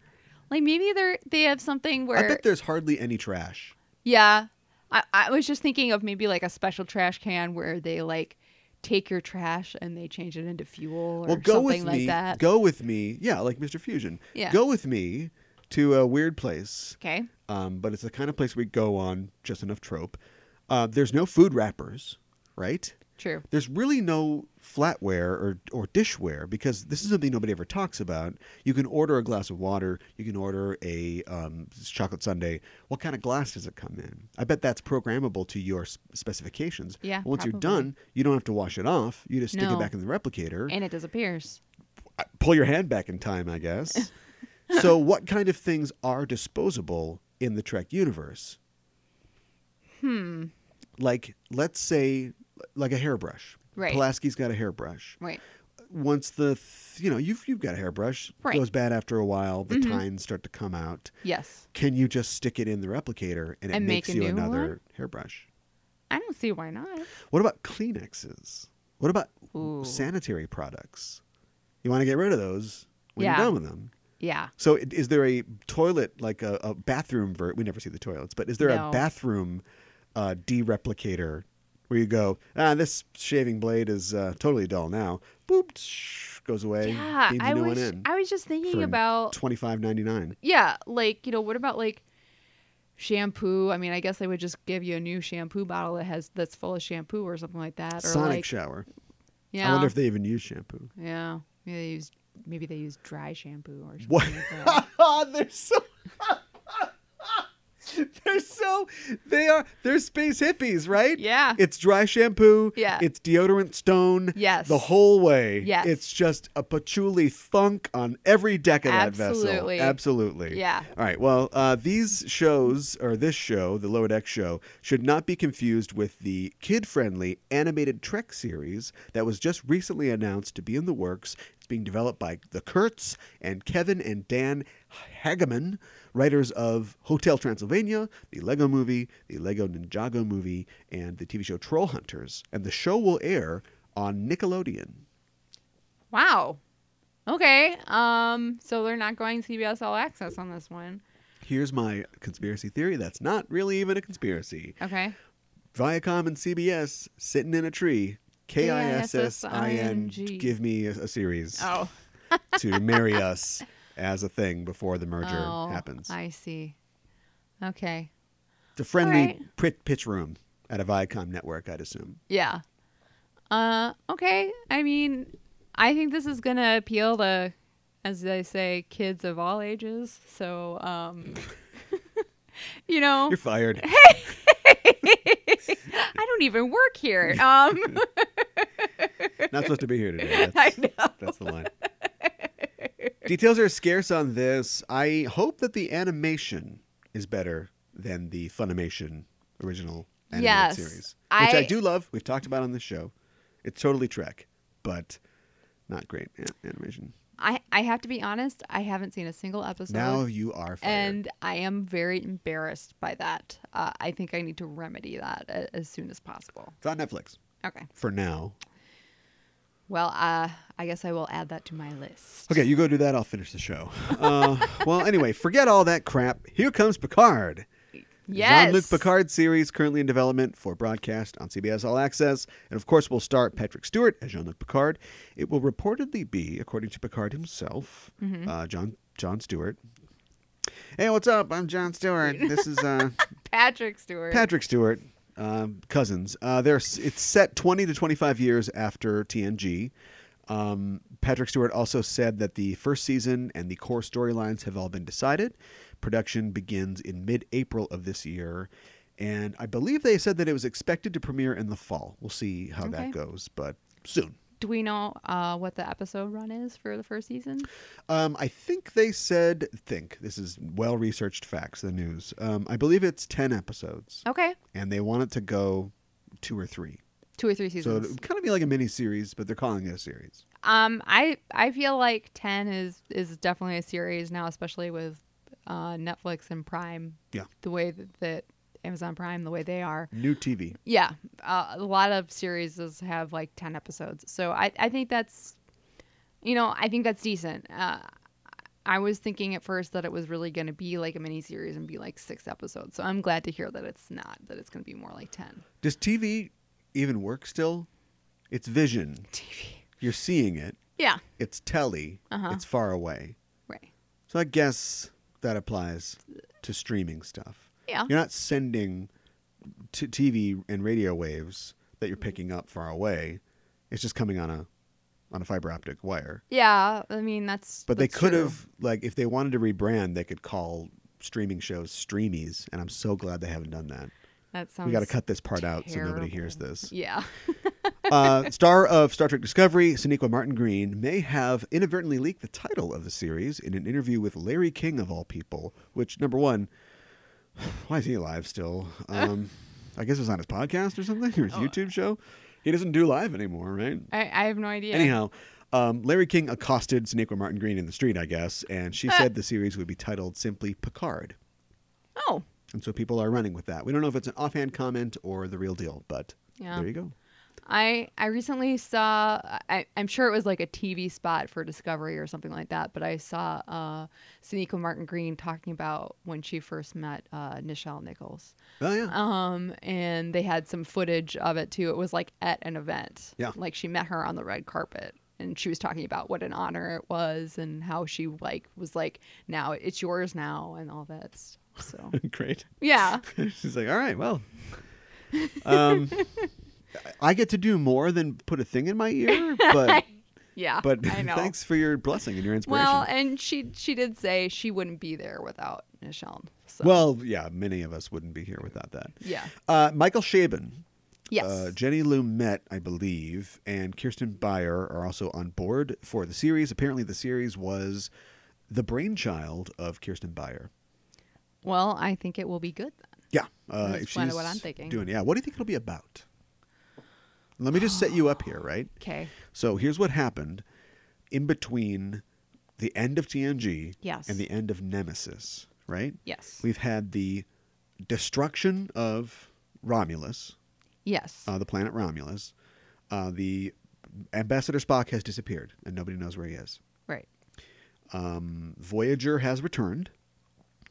Speaker 5: Like maybe they are they have something where
Speaker 3: I bet there's hardly any trash
Speaker 5: yeah. I, I was just thinking of maybe like a special trash can where they like take your trash and they change it into fuel or
Speaker 3: well, go
Speaker 5: something
Speaker 3: with
Speaker 5: like
Speaker 3: me.
Speaker 5: that.
Speaker 3: Go with me. Yeah, like Mr. Fusion.
Speaker 5: Yeah.
Speaker 3: Go with me to a weird place.
Speaker 5: okay.
Speaker 3: Um, but it's the kind of place we go on just enough trope. Uh, there's no food wrappers, right?
Speaker 5: True.
Speaker 3: There's really no flatware or, or dishware because this is something nobody ever talks about. You can order a glass of water. You can order a um, chocolate sundae. What kind of glass does it come in? I bet that's programmable to your s- specifications.
Speaker 5: Yeah,
Speaker 3: Once you're
Speaker 5: probably.
Speaker 3: done, you don't have to wash it off. You just stick it
Speaker 5: No.
Speaker 3: back in the replicator
Speaker 5: And it disappears.
Speaker 3: pull your hand back in time, I guess. so, what kind of things are disposable in the Trek universe? Hmm. Like, let's say, like a hairbrush.
Speaker 5: Right.
Speaker 3: Pulaski's got a hairbrush.
Speaker 5: Right.
Speaker 3: Once the, th- you know, you've you've got a hairbrush.
Speaker 5: Right. Mm-hmm.
Speaker 3: Goes bad after a while. The tines start to come out.
Speaker 5: Yes.
Speaker 3: Can you just stick it in the replicator and it
Speaker 5: And make
Speaker 3: makes
Speaker 5: a
Speaker 3: you
Speaker 5: new
Speaker 3: another
Speaker 5: one?
Speaker 3: hairbrush?
Speaker 5: I don't see why not.
Speaker 3: What about Kleenexes? What about
Speaker 5: Ooh.
Speaker 3: sanitary products? You want to get rid of those when
Speaker 5: Yeah.
Speaker 3: you're done with them.
Speaker 5: Yeah.
Speaker 3: So i- is there a toilet like a, a bathroom ver- we never see the toilets, but is there a
Speaker 5: No.
Speaker 3: bathroom uh dereplicator where you go, ah, this shaving blade is uh, totally dull now. Boop tsh, goes away.
Speaker 5: Yeah.
Speaker 3: beams a
Speaker 5: I
Speaker 3: new
Speaker 5: was
Speaker 3: one in
Speaker 5: I was just thinking
Speaker 3: for
Speaker 5: about
Speaker 3: twenty five ninety nine.
Speaker 5: Yeah, like you know, what about like shampoo? I mean, I guess they would just give you a new shampoo bottle that has that's full of shampoo or something like that. Or
Speaker 3: Sonic
Speaker 5: like,
Speaker 3: shower.
Speaker 5: Yeah,
Speaker 3: I wonder if they even use shampoo.
Speaker 5: yeah, maybe they use maybe they use dry shampoo or something.
Speaker 3: What?
Speaker 5: Like that.
Speaker 3: they're so. they're so. They are. They're space hippies, right?
Speaker 5: Yeah.
Speaker 3: It's dry shampoo.
Speaker 5: Yeah.
Speaker 3: It's deodorant stone.
Speaker 5: Yes.
Speaker 3: The whole way.
Speaker 5: Yes.
Speaker 3: It's just a patchouli funk on every deck of that vessel.
Speaker 5: Absolutely.
Speaker 3: Absolutely.
Speaker 5: Yeah.
Speaker 3: All right. Well, uh, these shows, or this show, the Lower Deck show, should not be confused with the kid friendly animated Trek series that was just recently announced to be in the works. It's being developed by the Kurtz and Kevin and Dan Hageman, writers of Hotel Transylvania, the Lego movie, the Lego Ninjago movie, and the TV show Troll Hunters. And the show will air on Nickelodeon.
Speaker 5: wow. Okay. Um. So they're not going CBS All Access on this one.
Speaker 3: Here's my conspiracy theory that's not really even a conspiracy.
Speaker 5: Okay.
Speaker 3: Viacom and CBS sitting in a tree. K I S S I N.
Speaker 5: K-I-S-S-I-N-G.
Speaker 3: Give me a, a series
Speaker 5: Oh.
Speaker 3: to marry us as a thing before the merger
Speaker 5: oh,
Speaker 3: happens.
Speaker 5: I see. Okay.
Speaker 3: it's a friendly
Speaker 5: Alright.
Speaker 3: pit- pitch room at a Viacom network, I'd assume.
Speaker 5: Yeah. Uh okay. I mean, I think this is going to appeal to as they say kids of all ages. So, um you know,
Speaker 3: You're fired.
Speaker 5: I don't even work here. Um
Speaker 3: Not supposed to be here today. That's,
Speaker 5: I know.
Speaker 3: That's the line. Details are scarce on this. I hope that the animation is better than the Funimation original animated
Speaker 5: Yes.
Speaker 3: series, which I,
Speaker 5: I-
Speaker 3: do love. We've talked about on this show. It's totally Trek, but Not great an- animation.
Speaker 5: I, I have to be honest, I haven't seen a single episode.
Speaker 3: Now you are fired.
Speaker 5: and I am very embarrassed by that. Uh, I think I need to remedy that a- as soon as possible.
Speaker 3: it's on Netflix
Speaker 5: Okay.
Speaker 3: for now.
Speaker 5: Well, uh, I guess I will add that to my list.
Speaker 3: Okay, you go do that. I'll finish the show. Uh, well, anyway, forget all that crap. Here comes Picard.
Speaker 5: Yes.
Speaker 3: Jean-Luc Picard series currently in development for broadcast on CBS All Access, and of course will star Patrick Stewart as Jean-Luc Picard. It will reportedly be, according to Picard himself, uh, John John Stewart. Hey, what's up? I'm John Stewart. This is uh,
Speaker 5: Patrick Stewart.
Speaker 3: Patrick Stewart, um, cousins. Uh, they're, it's set 20 to 25 years after TNG. Um, Patrick Stewart also said that the first season and the core storylines have all been decided. Production begins in mid April of this year. And I believe they said that it was expected to premiere in the fall. We'll see how
Speaker 5: Okay.
Speaker 3: that goes, but soon.
Speaker 5: Do we know uh, what the episode run is for the first season?
Speaker 3: Um, I think they said, think, this is well researched facts, the news. Um, I believe it's 10 episodes,
Speaker 5: Okay.
Speaker 3: and they want it to go two or three.
Speaker 5: Two or three
Speaker 3: So
Speaker 5: seasons.
Speaker 3: it would kind of be like a mini series, but they're calling it a series.
Speaker 5: um, I I feel like ten is is definitely a series now, especially with uh, Netflix and Prime.
Speaker 3: Yeah.
Speaker 5: The way that, that Amazon Prime, the way they are.
Speaker 3: New TV.
Speaker 5: Yeah, uh, a lot of series have like ten episodes, so I I think that's, you know, I think that's decent. Uh, I was thinking at first that it was really going to be like a mini series and be like six episodes, so I'm glad to hear that it's not. That it's going to be more like ten.
Speaker 3: Does TV even work still? It's vision.
Speaker 5: TV.
Speaker 3: You're seeing it.
Speaker 5: Yeah.
Speaker 3: It's telly.
Speaker 5: Uh-huh.
Speaker 3: It's far away.
Speaker 5: Right.
Speaker 3: So I guess that applies to streaming stuff.
Speaker 5: Yeah.
Speaker 3: You're not sending t- TV and radio waves that
Speaker 5: Mm-hmm.
Speaker 3: you're picking up far away. It's just coming on a on a fiber optic wire.
Speaker 5: Yeah. I mean that's.
Speaker 3: But they
Speaker 5: that's
Speaker 3: could
Speaker 5: true.
Speaker 3: have like if they wanted to rebrand, they could call streaming shows streamies, and I'm so glad they haven't done that.
Speaker 5: That sounds.
Speaker 3: We got to cut this part out so nobody
Speaker 5: terrible.
Speaker 3: hears this.
Speaker 5: Yeah.
Speaker 3: Uh, star of Star Trek Discovery, Sonequa Martin Green, may have inadvertently leaked the title of the series in an interview with Larry King, of all people, which, number one, why is he alive still? Um, I guess it was on his podcast or something,
Speaker 5: Oh.
Speaker 3: or his YouTube show. He doesn't do live anymore, right?
Speaker 5: I, I have no idea.
Speaker 3: Anyhow, um, Larry King accosted Sonequa Martin Green in the street, I guess, and she said the series would be titled simply Picard.
Speaker 5: Oh.
Speaker 3: And so people are running with that. We don't know if it's an offhand comment or the real deal, but
Speaker 5: Yeah.
Speaker 3: there you go.
Speaker 5: I I recently saw I, I'm sure it was like a TV spot for Discovery or something like that, but I saw uh Sonequa Martin Green talking about when she first met uh Nichelle Nichols.
Speaker 3: Oh yeah.
Speaker 5: Um and they had some footage of it too. It was like at an event.
Speaker 3: Yeah.
Speaker 5: Like she met her on the red carpet and she was talking about what an honor it was and how she like was like now it's yours now and all that stuff. So
Speaker 3: Great.
Speaker 5: yeah.
Speaker 3: She's like, all right, well, um, I get to do more than put a thing in my ear, but
Speaker 5: Yeah.
Speaker 3: but
Speaker 5: I know.
Speaker 3: thanks for your blessing and your inspiration.
Speaker 5: Well, and she she did say she wouldn't be there without Nichelle. So
Speaker 3: Well, yeah, many of us wouldn't be here without that.
Speaker 5: yeah,
Speaker 3: Uh, Michael Shaban,
Speaker 5: yes,
Speaker 3: uh, Jenny Lou Met, I believe, and Kirsten Beyer are also on board for the series. Apparently, the series was the brainchild of Kirsten Beyer.
Speaker 5: well, I think it will be good then.
Speaker 3: Yeah, uh,
Speaker 5: That's
Speaker 3: if
Speaker 5: kinda
Speaker 3: she's
Speaker 5: what I'm thinking.
Speaker 3: doing, yeah. What do you think it'll be about? Let me just set you up here, right?
Speaker 5: Okay,
Speaker 3: So here's what happened in between the end of TNG
Speaker 5: Yes.
Speaker 3: and the end of Nemesis, right?
Speaker 5: yes,
Speaker 3: We've had the destruction of Romulus,
Speaker 5: yes,
Speaker 3: uh, the planet Romulus. Uh, the Ambassador Spock has disappeared, and nobody knows where he is.
Speaker 5: right.
Speaker 3: Um, Voyager has returned,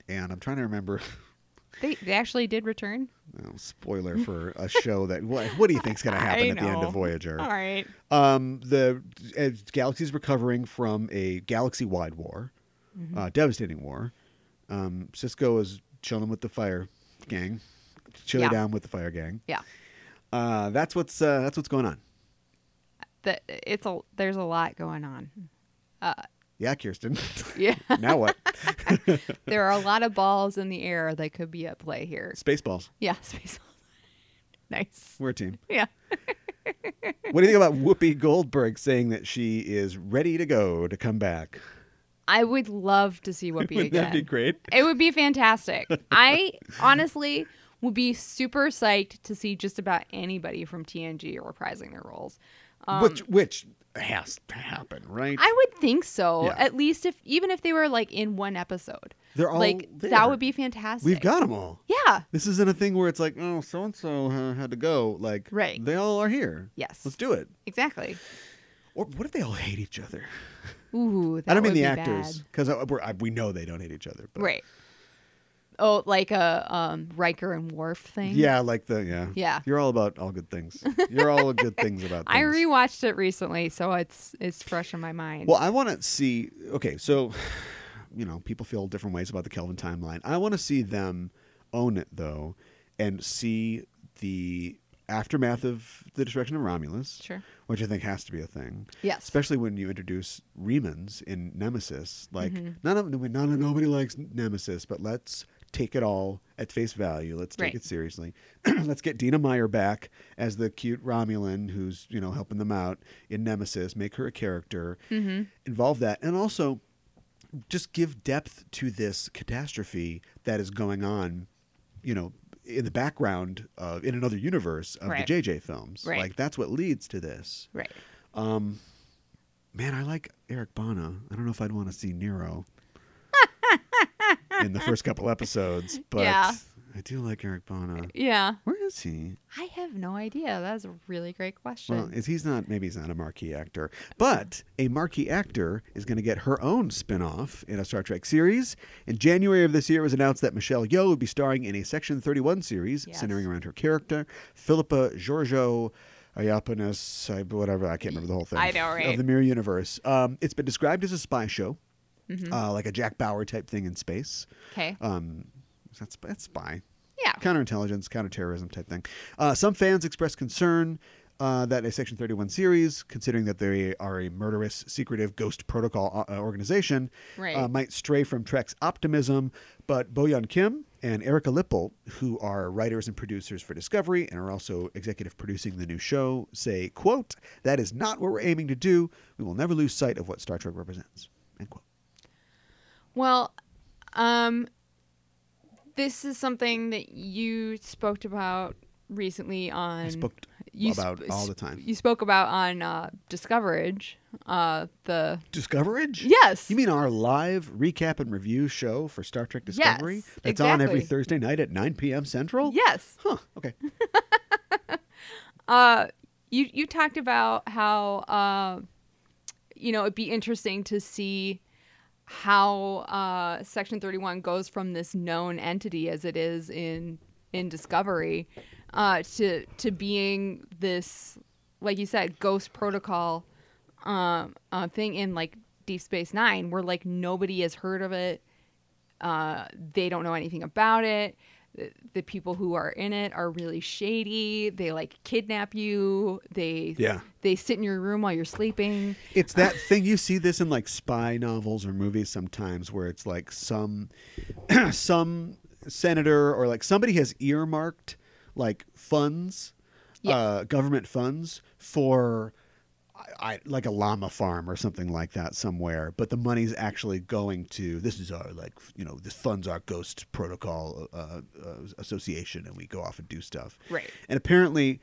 Speaker 3: and I'm trying to remember.
Speaker 5: They they actually did return.
Speaker 3: oh, spoiler for a show that what, what do you think's going to happen
Speaker 5: I
Speaker 3: at the end
Speaker 5: know.
Speaker 3: of Voyager?
Speaker 5: All right,
Speaker 3: Um, the uh, galaxy's recovering from a galaxy-wide war,
Speaker 5: Mm-hmm.
Speaker 3: uh, devastating war. Um, Cisco is chilling with the fire gang, chilling
Speaker 5: Yeah.
Speaker 3: down with the fire gang.
Speaker 5: yeah.
Speaker 3: Uh, that's what's uh, that's what's going on.
Speaker 5: That it's a there's a lot going on.
Speaker 3: Yeah, Kirsten.
Speaker 5: Yeah,
Speaker 3: now what?
Speaker 5: there are a lot of balls in the air that could be at play here.
Speaker 3: Spaceballs.
Speaker 5: Yeah, space balls. nice.
Speaker 3: We're a team.
Speaker 5: Yeah.
Speaker 3: What do you think about Whoopi Goldberg saying that she is ready to go to come back?
Speaker 5: I would love to see Whoopi
Speaker 3: Wouldn't
Speaker 5: again.
Speaker 3: that be great?
Speaker 5: It would be fantastic. I honestly would be super psyched to see just about anybody from TNG reprising their roles.
Speaker 3: which which has to happen, right?
Speaker 5: Um, I would think so.
Speaker 3: Yeah.
Speaker 5: At least if even if they were like in one episode.
Speaker 3: They're all
Speaker 5: like
Speaker 3: there.
Speaker 5: that would be fantastic.
Speaker 3: We've got them all.
Speaker 5: Yeah.
Speaker 3: This isn't a thing where it's like, oh, so and so had to go. Like,
Speaker 5: Right.
Speaker 3: They all are here.
Speaker 5: Yes.
Speaker 3: Let's do it.
Speaker 5: Exactly.
Speaker 3: Or what if they all hate each other?
Speaker 5: Ooh, that
Speaker 3: I don't mean
Speaker 5: would
Speaker 3: the
Speaker 5: be
Speaker 3: actors
Speaker 5: bad.
Speaker 3: because we know they don't hate each other. But
Speaker 5: Right. Oh, like a um Riker and Worf thing.
Speaker 3: Yeah, like the yeah.
Speaker 5: Yeah.
Speaker 3: You're all about all good things. You're all good things about. Things.
Speaker 5: I rewatched it recently, so it's it's fresh in my mind.
Speaker 3: Well, I want to see. Okay, so you know, people feel different ways about the Kelvin timeline. I want to see them own it though, and see the aftermath of the destruction of Romulus.
Speaker 5: Sure.
Speaker 3: Which I think has to be a thing.
Speaker 5: Yes.
Speaker 3: Especially when you introduce Remans in Nemesis. Like,
Speaker 5: Mm-hmm.
Speaker 3: none of none, nobody likes Nemesis, but let's take it all at face value. Let's take
Speaker 5: Right.
Speaker 3: it seriously. Let's get Dina Meyer back as the cute Romulan who's, you know, helping them out in Nemesis, make her a character,
Speaker 5: Mm-hmm.
Speaker 3: involve that. And also just give depth to this catastrophe that is going on, you know, in the background uh, in another universe of
Speaker 5: Right.
Speaker 3: the JJ films.
Speaker 5: Right.
Speaker 3: Like that's what leads to this.
Speaker 5: right.
Speaker 3: Man, I like Eric Bana. I don't know if I'd want to see Nero in the first couple episodes, but
Speaker 5: Yeah.
Speaker 3: I do like Eric Bana.
Speaker 5: Yeah.
Speaker 3: Where is he?
Speaker 5: I have no idea. That's a really great question.
Speaker 3: Well, is he's not maybe he's not a marquee actor, but a marquee actor is going to get her own spin-off in a Star Trek series. In January of this year, it was announced that Michelle Yeoh would be starring in a Section 31 series
Speaker 5: Yes.
Speaker 3: centering around her character, Philippa Giorgio Iapenis, I- whatever, I can't remember the whole thing.
Speaker 5: I know, right?
Speaker 3: Of the Mirror Universe. Um, it's been described as a spy show,
Speaker 5: Mm-hmm.
Speaker 3: uh, like a Jack Bauer type thing in space.
Speaker 5: okay.
Speaker 3: Um, is that sp- that's spy
Speaker 5: yeah.
Speaker 3: counterintelligence, counterterrorism type thing. Uh, some fans expressed concern uh, that a Section 31 series, considering that they are a murderous, secretive ghost protocol uh, organization,
Speaker 5: Right.
Speaker 3: uh, might stray from Trek's optimism. But Boyan Kim and Erica Lipple, who are writers and producers for Discovery and are also executive producing the new show, say, quote, that is not what we're aiming to do. We will never lose sight of what Star Trek represents, end quote.
Speaker 5: Well, um, this is something that you spoke about recently on.
Speaker 3: spoke about all the time.
Speaker 5: You spoke about on uh, Discoverage. Uh, the
Speaker 3: Discoverage?
Speaker 5: Yes.
Speaker 3: You mean our live recap and review show for Star Trek Discovery?
Speaker 5: Yes,
Speaker 3: That's on every
Speaker 5: exactly.
Speaker 3: Thursday night at 9 p.m. Central?
Speaker 5: yes,
Speaker 3: Huh. Okay.
Speaker 5: you you talked about how uh, you know it'd be interesting to see how uh, Section Thirty One goes from this known entity as it is in in Discovery uh, to to being this, like you said, ghost protocol um, uh, thing in like Deep Space Nine, where like nobody has heard of it. Uh, they don't know anything about it. The, the people who are in it are really shady. They like kidnap you. They
Speaker 3: Yeah.
Speaker 5: They sit in your room while you're sleeping.
Speaker 3: It's that thing you see this in like spy novels or movies sometimes where it's like some some senator or like somebody has earmarked like funds
Speaker 5: Yeah.
Speaker 3: uh government funds for I, I like a llama farm or something like that somewhere but the money's actually going to this is our like you know this funds our ghost protocol uh, uh, association and we go off and do stuff
Speaker 5: Right.
Speaker 3: and apparently,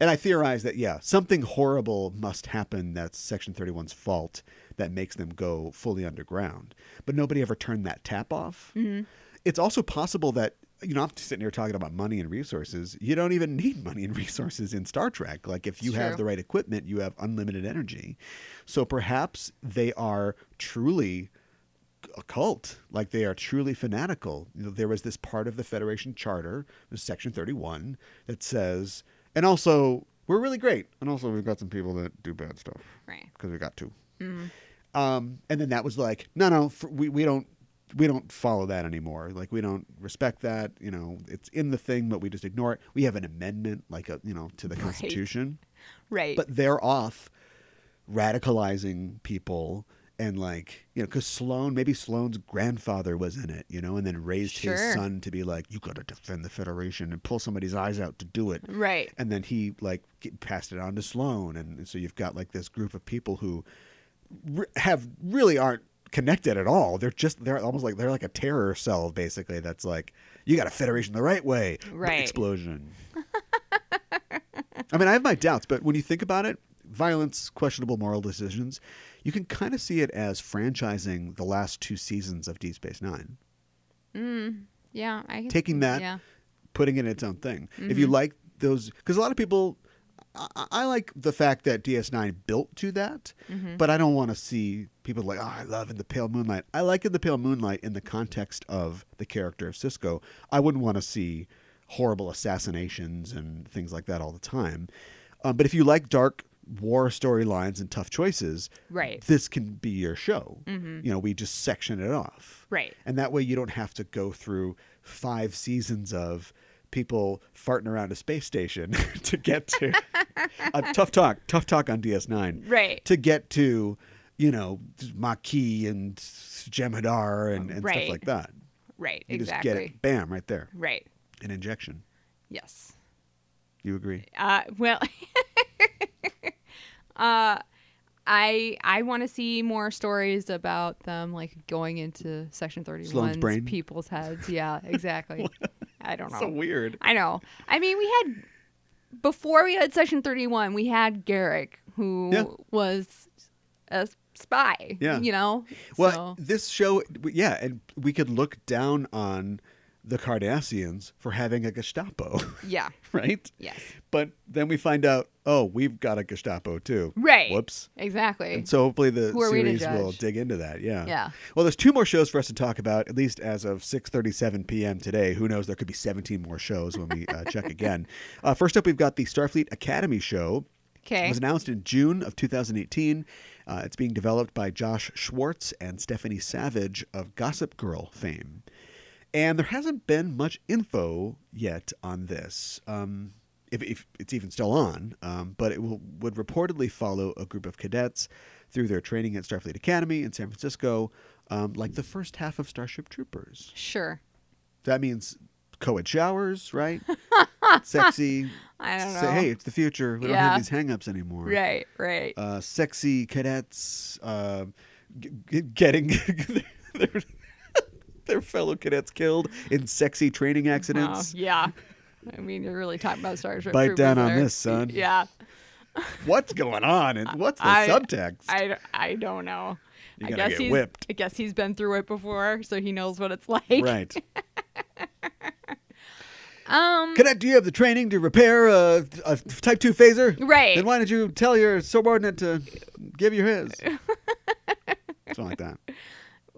Speaker 3: and I theorize that, yeah, something horrible must happen that's Section 31's fault that makes them go fully underground. But nobody ever turned that tap off. Mm-hmm. It's also possible that, you know, I'm sitting here talking about money and resources. You don't even need money and resources in Star Trek. Like, if you
Speaker 5: It's
Speaker 3: have
Speaker 5: true.
Speaker 3: the right equipment, you have unlimited energy. So perhaps they are truly a cult. Like they are truly fanatical. You know, there was this part of the Federation Charter, Section 31, that says, and also we're really great, and also we've got some people that do bad stuff
Speaker 5: Right.
Speaker 3: because we got to. Um, and then that was like, no, no, f we we don't we don't follow that anymore. Like we don't respect that. You know, it's in the thing, but we just ignore it. We have an amendment, like a you know, to the Constitution
Speaker 5: Right.
Speaker 3: but they're off radicalizing people and like you know because sloan maybe sloan's grandfather was in it you know and then raised his
Speaker 5: Sure.
Speaker 3: son to be like you gotta defend the federation and pull somebody's eyes out to do it
Speaker 5: right.
Speaker 3: and then he like get- passed it on to sloan and so you've got like this group of people who re- have really aren't connected at all they're just they're almost like they're like a terror cell basically that's like you got a federation the right way
Speaker 5: Right.
Speaker 3: explosion I mean, I have my doubts, but when you think about it, violence, questionable moral decisions. You can kind of see it as franchising the last two seasons of Deep Space Nine,
Speaker 5: Yeah, I can,
Speaker 3: taking that,
Speaker 5: Mm-hmm. Yeah,
Speaker 3: putting it in its own thing. If
Speaker 5: Mm-hmm.
Speaker 3: you like those, because a lot of people, I, I- I like the fact that DS9 built to that,
Speaker 5: Mm-hmm.
Speaker 3: but I don't want to see people like, oh, I love In the Pale Moonlight. I like In the Pale Moonlight in the context of the character of Cisco. I wouldn't want to see horrible assassinations and things like that all the time. Um, but if you like dark war storylines and tough choices,
Speaker 5: Right. Mm-hmm.
Speaker 3: this can be your show. You know, we just section it off.
Speaker 5: Right.
Speaker 3: And that way you don't have to go through five seasons of people farting around a space station to get to a tough talk, tough talk on DS9.
Speaker 5: Right.
Speaker 3: To get to, you know, Maquis and Jem'Hadar and, and stuff
Speaker 5: Right.
Speaker 3: like that.
Speaker 5: right,
Speaker 3: You
Speaker 5: exactly.
Speaker 3: just get it, bam, right there.
Speaker 5: Right.
Speaker 3: An injection.
Speaker 5: Yes.
Speaker 3: You agree?
Speaker 5: Uh, well, uh, I I want to see more stories about them like going into Section
Speaker 3: Sloane's
Speaker 5: 31's
Speaker 3: brain?
Speaker 5: people's heads. Yeah, exactly. I don't know.
Speaker 3: weird.
Speaker 5: I know. I mean, we had before we had Section Thirty One, we had Garrick, who
Speaker 3: Yeah.
Speaker 5: was a spy.
Speaker 3: Yeah.
Speaker 5: you know.
Speaker 3: Well,
Speaker 5: So-
Speaker 3: this show, yeah, and we could look down on the Cardassians for having a Gestapo,
Speaker 5: yeah.
Speaker 3: right?
Speaker 5: Yes.
Speaker 3: But then we find out, oh, we've got a Gestapo too.
Speaker 5: Right.
Speaker 3: Whoops.
Speaker 5: Exactly.
Speaker 3: And so uh, hopefully the
Speaker 5: Who are we to
Speaker 3: series will
Speaker 5: judge?
Speaker 3: dig into that. Yeah.
Speaker 5: Yeah.
Speaker 3: Well, there's two more shows for us to talk about, at least as of 6:37 p.m. today. Who knows? There could be 17 more shows when we uh, check again. Uh, first up, we've got the Starfleet Academy show.
Speaker 5: Okay.
Speaker 3: It was announced in June of 2018. Uh, it's being developed by Josh Schwartz and Stephanie Savage of Gossip Girl fame. And there hasn't been much info yet on this, um, if, if it's even still on. Um, but it will, would reportedly follow a group of cadets through their training at Starfleet Academy in San Francisco, um, like the first half of Starship Troopers.
Speaker 5: sure.
Speaker 3: That means co-ed showers, right? sexy.
Speaker 5: I don't
Speaker 3: Say,
Speaker 5: know.
Speaker 3: hey, it's the future. We don't have
Speaker 5: Yeah.
Speaker 3: these hang-ups anymore
Speaker 5: Right. Right.
Speaker 3: uh, sexy cadets uh, g- g- getting their, their fellow cadets killed in sexy training
Speaker 5: Wow,
Speaker 3: accidents.
Speaker 5: Oh, yeah. I mean, you're really talking about Starship
Speaker 3: Bite
Speaker 5: Troopers
Speaker 3: down on
Speaker 5: there.
Speaker 3: this, son.
Speaker 5: Yeah.
Speaker 3: What's going on? And what's the
Speaker 5: I-
Speaker 3: subtext?
Speaker 5: I, d- I don't know.
Speaker 3: You're
Speaker 5: I
Speaker 3: gonna
Speaker 5: guess
Speaker 3: get
Speaker 5: he's
Speaker 3: whipped.
Speaker 5: I guess he's been through it before, so he knows what it's like.
Speaker 3: right.
Speaker 5: Um.
Speaker 3: Cadet, do you have the training to repair a, a Type 2 phaser?
Speaker 5: Right.
Speaker 3: Then why did you tell your subordinate to give you his? Something like that.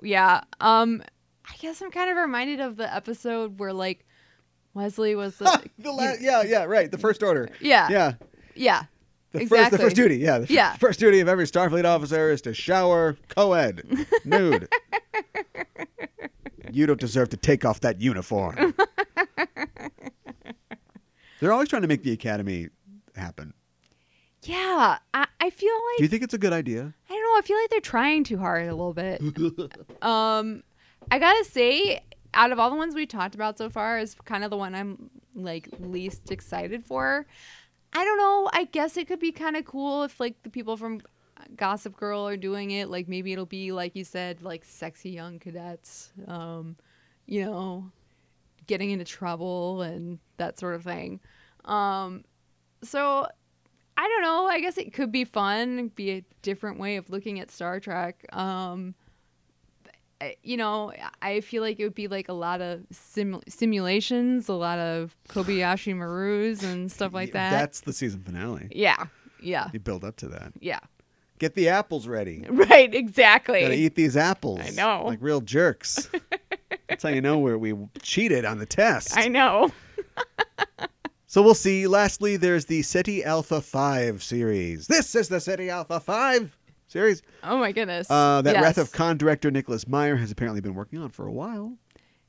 Speaker 5: Yeah. Um. I guess I'm kind of reminded of the episode where like Wesley was the
Speaker 3: The la- yeah, yeah, right. The first order.
Speaker 5: Yeah.
Speaker 3: Yeah.
Speaker 5: yeah.
Speaker 3: The first,
Speaker 5: exactly.
Speaker 3: the first duty, yeah, the f-
Speaker 5: Yeah.
Speaker 3: first duty of every Starfleet officer is to shower co-ed, nude. you don't deserve to take off that uniform. They're always trying to make the academy happen.
Speaker 5: Yeah. I, I feel
Speaker 3: Do you
Speaker 5: like
Speaker 3: think it's a good idea?
Speaker 5: I don't know. I feel like they're trying too hard a little bit. um. I gotta say, out of all the ones we talked about so far, is kind of the one I'm like least excited for. I don't know. I guess it could be kind of cool if like the people from uh, Gossip Girl are doing it. Like maybe it'll be like you said, like sexy young cadets, um, you know, getting into trouble and that sort of thing. Um, so I don't know. I guess it could be fun, be a different way of looking at Star Trek. Um, I- you know, I feel like it would be like a lot of sim- simulations, a lot of Kobayashi Maru's and stuff like
Speaker 3: Yeah,
Speaker 5: that.
Speaker 3: That's the season finale.
Speaker 5: Yeah. Yeah.
Speaker 3: You build up to that.
Speaker 5: Yeah.
Speaker 3: Get the apples ready.
Speaker 5: Right,
Speaker 3: Gotta
Speaker 5: exactly.
Speaker 3: eat these apples.
Speaker 5: I know.
Speaker 3: Like real jerks. That's how you know where we cheated on the test.
Speaker 5: I know.
Speaker 3: So we'll see. Lastly, there's the SETI Alpha 5 series. This is the SETI Alpha 5 series
Speaker 5: Oh my goodness.
Speaker 3: uh, that
Speaker 5: Yes.
Speaker 3: Wrath of Khan director Nicholas Meyer has apparently been working on for a while.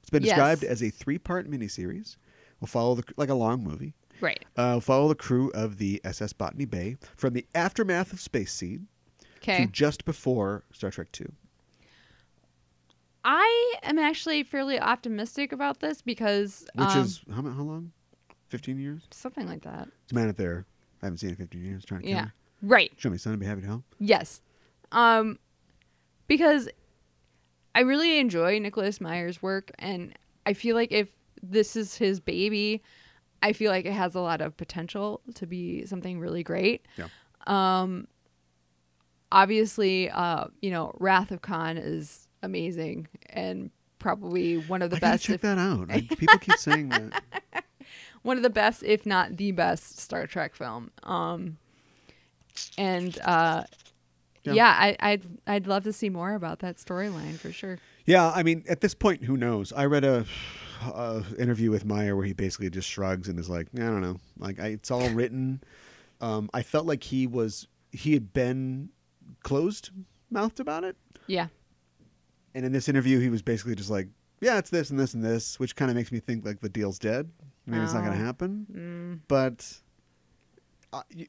Speaker 3: It's been
Speaker 5: Yes.
Speaker 3: described as a three part miniseries. We'll follow the, like a long movie.
Speaker 5: Right.
Speaker 3: Uh, we'll follow the crew of the SS Botany Bay from the aftermath of Space Seed
Speaker 5: Okay.
Speaker 3: to just before Star Trek II.
Speaker 5: I am actually fairly optimistic about this because
Speaker 3: Which
Speaker 5: um,
Speaker 3: is how, mu- how long? 15 years?
Speaker 5: something like that.
Speaker 3: It's a man up there. I haven't seen it in 15 years. Trying to kill
Speaker 5: Yeah.
Speaker 3: me.
Speaker 5: Right.
Speaker 3: Show me, son. I'd be happy to help.
Speaker 5: Yes. Um because I really enjoy Nicholas Meyer's work and I feel like if this is his baby, I feel like it has a lot of potential to be something really great. Um,
Speaker 3: Yeah.
Speaker 5: obviously, uh, you know, Wrath of Khan is amazing and probably one of the
Speaker 3: I gotta
Speaker 5: best,
Speaker 3: check
Speaker 5: if,
Speaker 3: that out. I, people keep saying that.
Speaker 5: one of the best, if not the best, Star Trek film. Um, and uh,
Speaker 3: Yeah.
Speaker 5: yeah, I, I'd I'd love to see more about that storyline for sure.
Speaker 3: Yeah, I mean, at this point, who knows? I read a, a interview with Meyer where he basically just shrugs and is like, "I don't know. Like, I, it's all written." Um, I felt like he was he had been closed mouthed about it,
Speaker 5: Yeah,
Speaker 3: and in this interview, he was basically just like, "Yeah, it's this and this and this," which kind of makes me think like the deal's dead. Maybe it's not
Speaker 5: Oh.
Speaker 3: going to happen. But uh, you,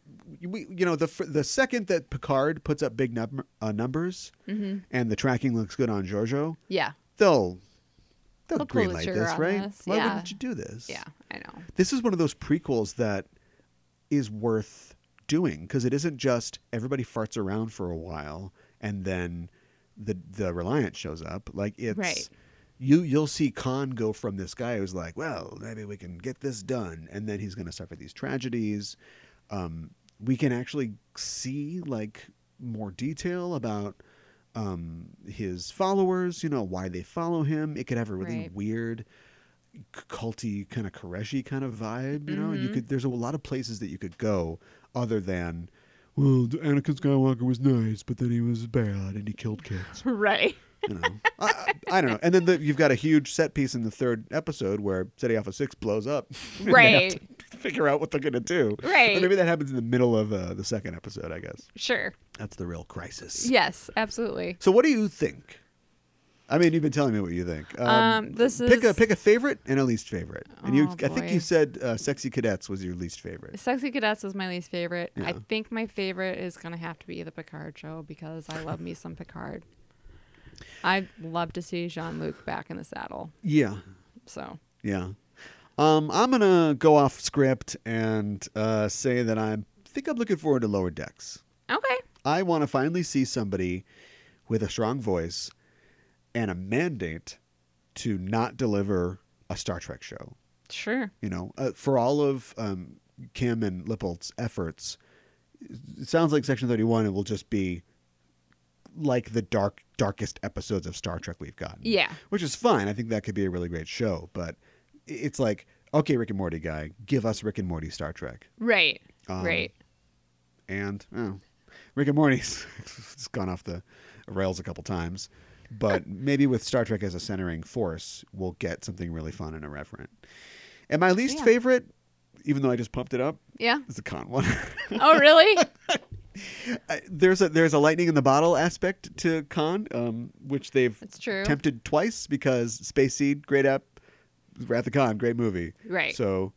Speaker 3: we, you know, the fir- the second that Picard puts up big num- uh, numbers and the tracking looks good on Giorgio,
Speaker 5: yeah,
Speaker 3: they'll they'll
Speaker 5: They'll pull the
Speaker 3: greenlight
Speaker 5: trigger
Speaker 3: this,
Speaker 5: on
Speaker 3: right?
Speaker 5: this,
Speaker 3: Why
Speaker 5: yeah.
Speaker 3: wouldn't you do this?
Speaker 5: yeah. I know.
Speaker 3: This is one of those prequels that is worth doing because it isn't just everybody farts around for a while and then the the Reliant shows up. Like it's
Speaker 5: Right.
Speaker 3: you you'll see Khan go from this guy who's like, well, maybe we can get this done, and then he's going to suffer these tragedies. Um, we can actually see like more detail about um, his followers. You know why they follow him. It could have a really
Speaker 5: Right.
Speaker 3: weird c- culty kind of Koreshi kind of vibe. You know, you could. There's a lot of places that you could go other than, well, Anakin Skywalker was nice, but then he was bad and he killed kids.
Speaker 5: Right.
Speaker 3: You know, I, I, I don't know. And then the, you've got a huge set piece in the third episode where City Alpha Six blows up. and they have
Speaker 5: Right.
Speaker 3: to figure out what they're gonna do.
Speaker 5: Right.
Speaker 3: Or maybe that happens in the middle of uh, the second episode. I guess
Speaker 5: Sure.
Speaker 3: that's the real crisis.
Speaker 5: Yes, absolutely.
Speaker 3: So what do you think? I mean, you've been telling me what you think.
Speaker 5: Um, this
Speaker 3: pick a
Speaker 5: is-
Speaker 3: pick a favorite and a least favorite. And you,
Speaker 5: Oh,
Speaker 3: I think
Speaker 5: boy.
Speaker 3: you said uh, "Sexy Cadets" was your least favorite.
Speaker 5: Sexy Cadets is my least favorite. I
Speaker 3: Yeah.
Speaker 5: think my favorite is gonna have to be the Picard show because I love me some Picard. I'd love to see Jean Luc back in the saddle.
Speaker 3: Yeah,
Speaker 5: So
Speaker 3: yeah. Um, I'm gonna go off script and uh, say that I think I'm looking forward to Lower Decks.
Speaker 5: okay,
Speaker 3: I want to finally see somebody with a strong voice and a mandate to not deliver a Star Trek show.
Speaker 5: sure,
Speaker 3: You know, uh, for all of um, Kim and Lippold's efforts, it sounds like Section 31 will just be like the dark, darkest episodes of Star Trek we've gotten.
Speaker 5: Yeah.
Speaker 3: Which is fine. I think that could be a really great show. But it's like, okay, Rick and Morty guy, give us Rick and Morty Star Trek
Speaker 5: right,
Speaker 3: Um,
Speaker 5: right.
Speaker 3: and oh, Rick and Morty's it's gone off the rails a couple times. But maybe with Star Trek as a centering force, we'll get something really fun and irreverent. And my least
Speaker 5: Yeah.
Speaker 3: favorite, even though I just pumped it up,
Speaker 5: Yeah.
Speaker 3: is the con one.
Speaker 5: Oh, really?
Speaker 3: I- there's a there's a lightning in the bottle aspect to con, um, which they've
Speaker 5: That's true.
Speaker 3: tempted twice because Space Seed, great app, Wrath of Khan, great movie.
Speaker 5: Right.
Speaker 3: So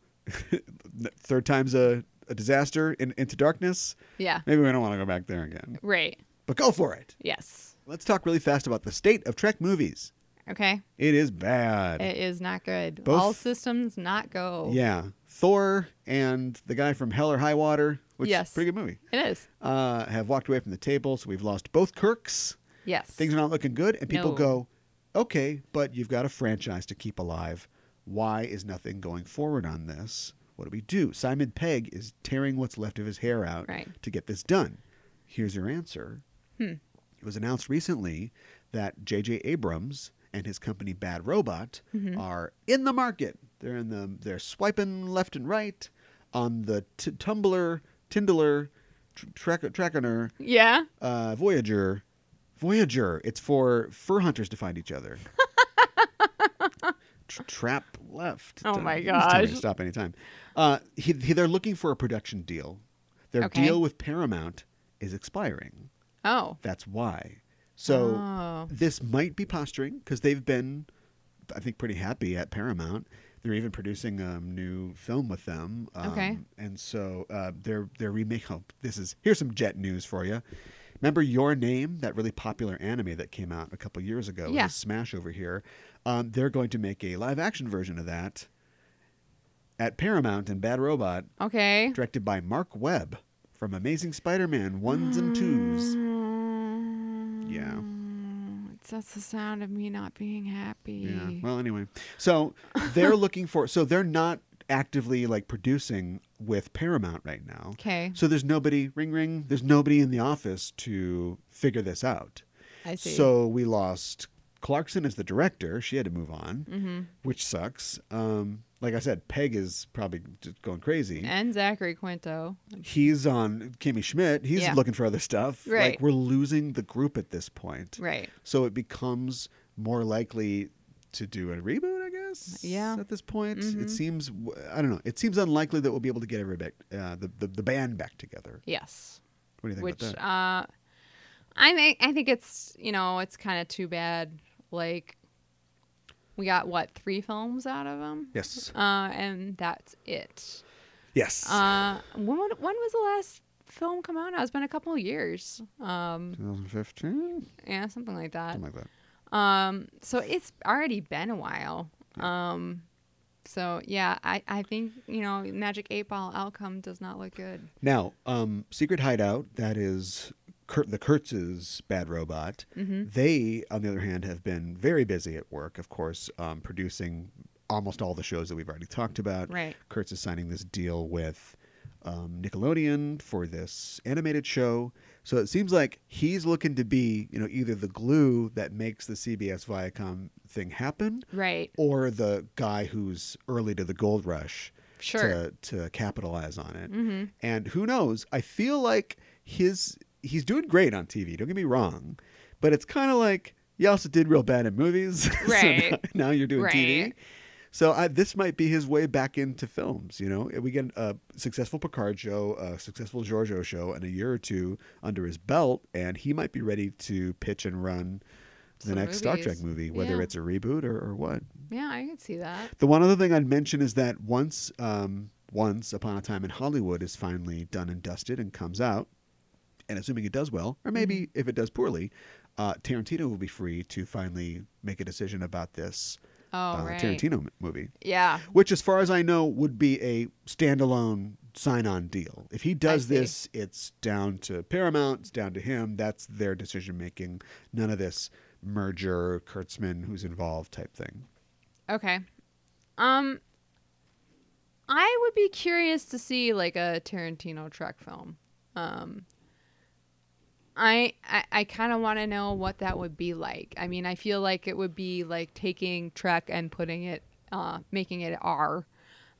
Speaker 3: third time's a, a disaster. In, into darkness.
Speaker 5: yeah.
Speaker 3: Maybe we don't want to go back there again.
Speaker 5: Right.
Speaker 3: But go for it.
Speaker 5: Yes.
Speaker 3: Let's talk really fast about the state of Trek movies.
Speaker 5: Okay.
Speaker 3: It is bad.
Speaker 5: It is not good.
Speaker 3: Both-
Speaker 5: All systems not go.
Speaker 3: yeah. Thor and the guy from Hell or High Water, which is
Speaker 5: Yes.
Speaker 3: a pretty good movie,
Speaker 5: It is.
Speaker 3: uh, have walked away from the table. So we've lost both Kirks.
Speaker 5: Yes.
Speaker 3: Things are not looking good. And people
Speaker 5: No.
Speaker 3: go, okay, but you've got a franchise to keep alive. Why is nothing going forward on this? What do we do? Simon Pegg is tearing what's left of his hair out
Speaker 5: Right. Hmm.
Speaker 3: to get this done. Here's your answer. It was announced recently that J.J. Abrams and his company Bad Robot
Speaker 5: Mm-hmm.
Speaker 3: are in the market. They're in the they're swiping left and right on the t- Tumblr, Tindler, tr- track, Trackiner,
Speaker 5: yeah.
Speaker 3: uh, Voyager. Voyager. It's for fur hunters to find each other. Tr- Trap left.
Speaker 5: Oh my
Speaker 3: Please tell me to
Speaker 5: gosh.
Speaker 3: Stop anytime. Uh, he, he, they're looking for a production deal. Their
Speaker 5: Okay.
Speaker 3: deal with Paramount is expiring.
Speaker 5: Oh.
Speaker 3: That's why. So
Speaker 5: Oh.
Speaker 3: this might be posturing because they've been, I think, pretty happy at Paramount. They're even producing a new film with them. Um,
Speaker 5: Okay.
Speaker 3: And so uh, they're they're remake. Oh, this is here's some jet news for you. Remember Your Name, that really popular anime that came out a couple years ago? It was
Speaker 5: Yeah.
Speaker 3: a smash over here. Um, they're going to make a live action version of that at Paramount and Bad Robot
Speaker 5: Okay.
Speaker 3: directed by Mark Webb from Amazing Spider-Man ones and twos. Yeah.
Speaker 5: That's Mm. the sound of me not being happy.
Speaker 3: Yeah. Well, anyway, so they're looking for. So they're not actively like producing with Paramount right now.
Speaker 5: Okay.
Speaker 3: So there's nobody ring ring. There's nobody in the office to figure this out.
Speaker 5: I see.
Speaker 3: So we lost Clarkson as the director. She had to move on,
Speaker 5: Mm-hmm.
Speaker 3: which sucks. Um, like I said, Peg is probably just going crazy.
Speaker 5: and Zachary Quinto.
Speaker 3: He's on Kimmy Schmidt. He's
Speaker 5: Yeah.
Speaker 3: looking for other stuff. Like
Speaker 5: Right.
Speaker 3: we're losing the group at this point.
Speaker 5: Right.
Speaker 3: So it becomes more likely to do a reboot, I guess.
Speaker 5: Yeah. Mm-hmm.
Speaker 3: At this point, it seems w- I don't know. It seems unlikely that we'll be able to get everybody uh, the, the the band back together.
Speaker 5: Yes.
Speaker 3: What do you think
Speaker 5: Which
Speaker 3: about that?
Speaker 5: uh I think I think it's you know, it's kinda too bad like we got what, three films out of them?
Speaker 3: yes.
Speaker 5: Uh, and that's it.
Speaker 3: yes.
Speaker 5: Uh, when when was the last film come out? Now it's been a couple of years. Um,
Speaker 3: 2015,
Speaker 5: yeah, something like that.
Speaker 3: something like that.
Speaker 5: Um, so it's already been a while. Um, so yeah, I, I think you know Magic Eight Ball outcome does not look good.
Speaker 3: Now, um, Secret Hideout, that is Kurt, the Kurtz's bad robot.
Speaker 5: Mm-hmm.
Speaker 3: They, on the other hand, have been very busy at work, of course, um, producing almost all the shows that we've already talked about.
Speaker 5: Right.
Speaker 3: Kurtz is signing this deal with um, Nickelodeon for this animated show. So it seems like he's looking to be, you know, either the glue that makes the CBS Viacom thing happen,
Speaker 5: Right.
Speaker 3: or the guy who's early to the gold rush
Speaker 5: Sure. Mm-hmm.
Speaker 3: to, to capitalize on it. And who knows? I feel like his he's doing great on TV. Don't get me wrong, but it's kind of like you also did real bad in movies. So
Speaker 5: Right.
Speaker 3: now, now you're doing TV.
Speaker 5: Right.
Speaker 3: So I, this might be his way back into films. You know, we get a successful Picard show, a successful Giorgio show, and a year or two under his belt, and he might be ready to pitch and run the
Speaker 5: Some
Speaker 3: next Star
Speaker 5: movies.
Speaker 3: Trek movie, whether
Speaker 5: Yeah.
Speaker 3: it's a reboot or, or what.
Speaker 5: Yeah, I could see that.
Speaker 3: The one other thing I'd mention is that once, um, once upon a time in Hollywood is finally done and dusted and comes out, and assuming it does well, or maybe
Speaker 5: Mm-hmm.
Speaker 3: if it does poorly, uh, Tarantino will be free to finally make a decision about this
Speaker 5: Oh
Speaker 3: uh,
Speaker 5: right.
Speaker 3: Tarantino m- movie,
Speaker 5: Yeah.
Speaker 3: which, as far as I know, would be a standalone sign-on deal. If he does
Speaker 5: see.
Speaker 3: this, it's down to Paramount, it's down to him. That's their decision making. None of this merger, Kurtzman, who's involved type thing.
Speaker 5: Okay. Um, I would be curious to see like a Tarantino Trek film. Um, I I, I kind of want to know what that would be like. I mean, I feel like it would be like taking Trek and putting it, uh, making it R,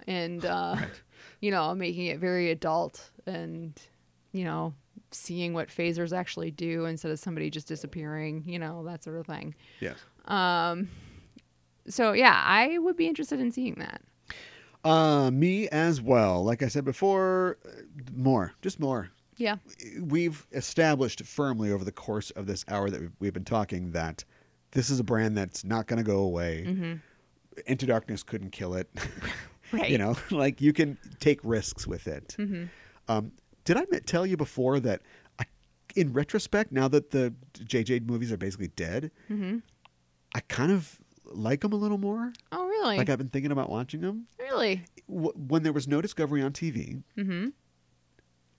Speaker 5: and uh, you know, making it very adult and you know, seeing what phasers actually do instead of somebody just disappearing. You know, that sort of thing
Speaker 3: Yes.
Speaker 5: so yeah, I would be interested in seeing that.
Speaker 3: Uh, me as well. Like I said before, uh, more, just more.
Speaker 5: Yeah.
Speaker 3: We've established firmly over the course of this hour that we've, we've been talking that this is a brand that's not going to go away. Into Darkness couldn't kill it.
Speaker 5: Right.
Speaker 3: you know, like you can take risks with it. Um, did I mi- tell you before that I, in retrospect, now that the JJ movies are basically dead, I kind of like them a little more?
Speaker 5: Oh really?
Speaker 3: Like I've been thinking about watching them
Speaker 5: really? Mm-hmm.
Speaker 3: w- when there was no discovery on TV,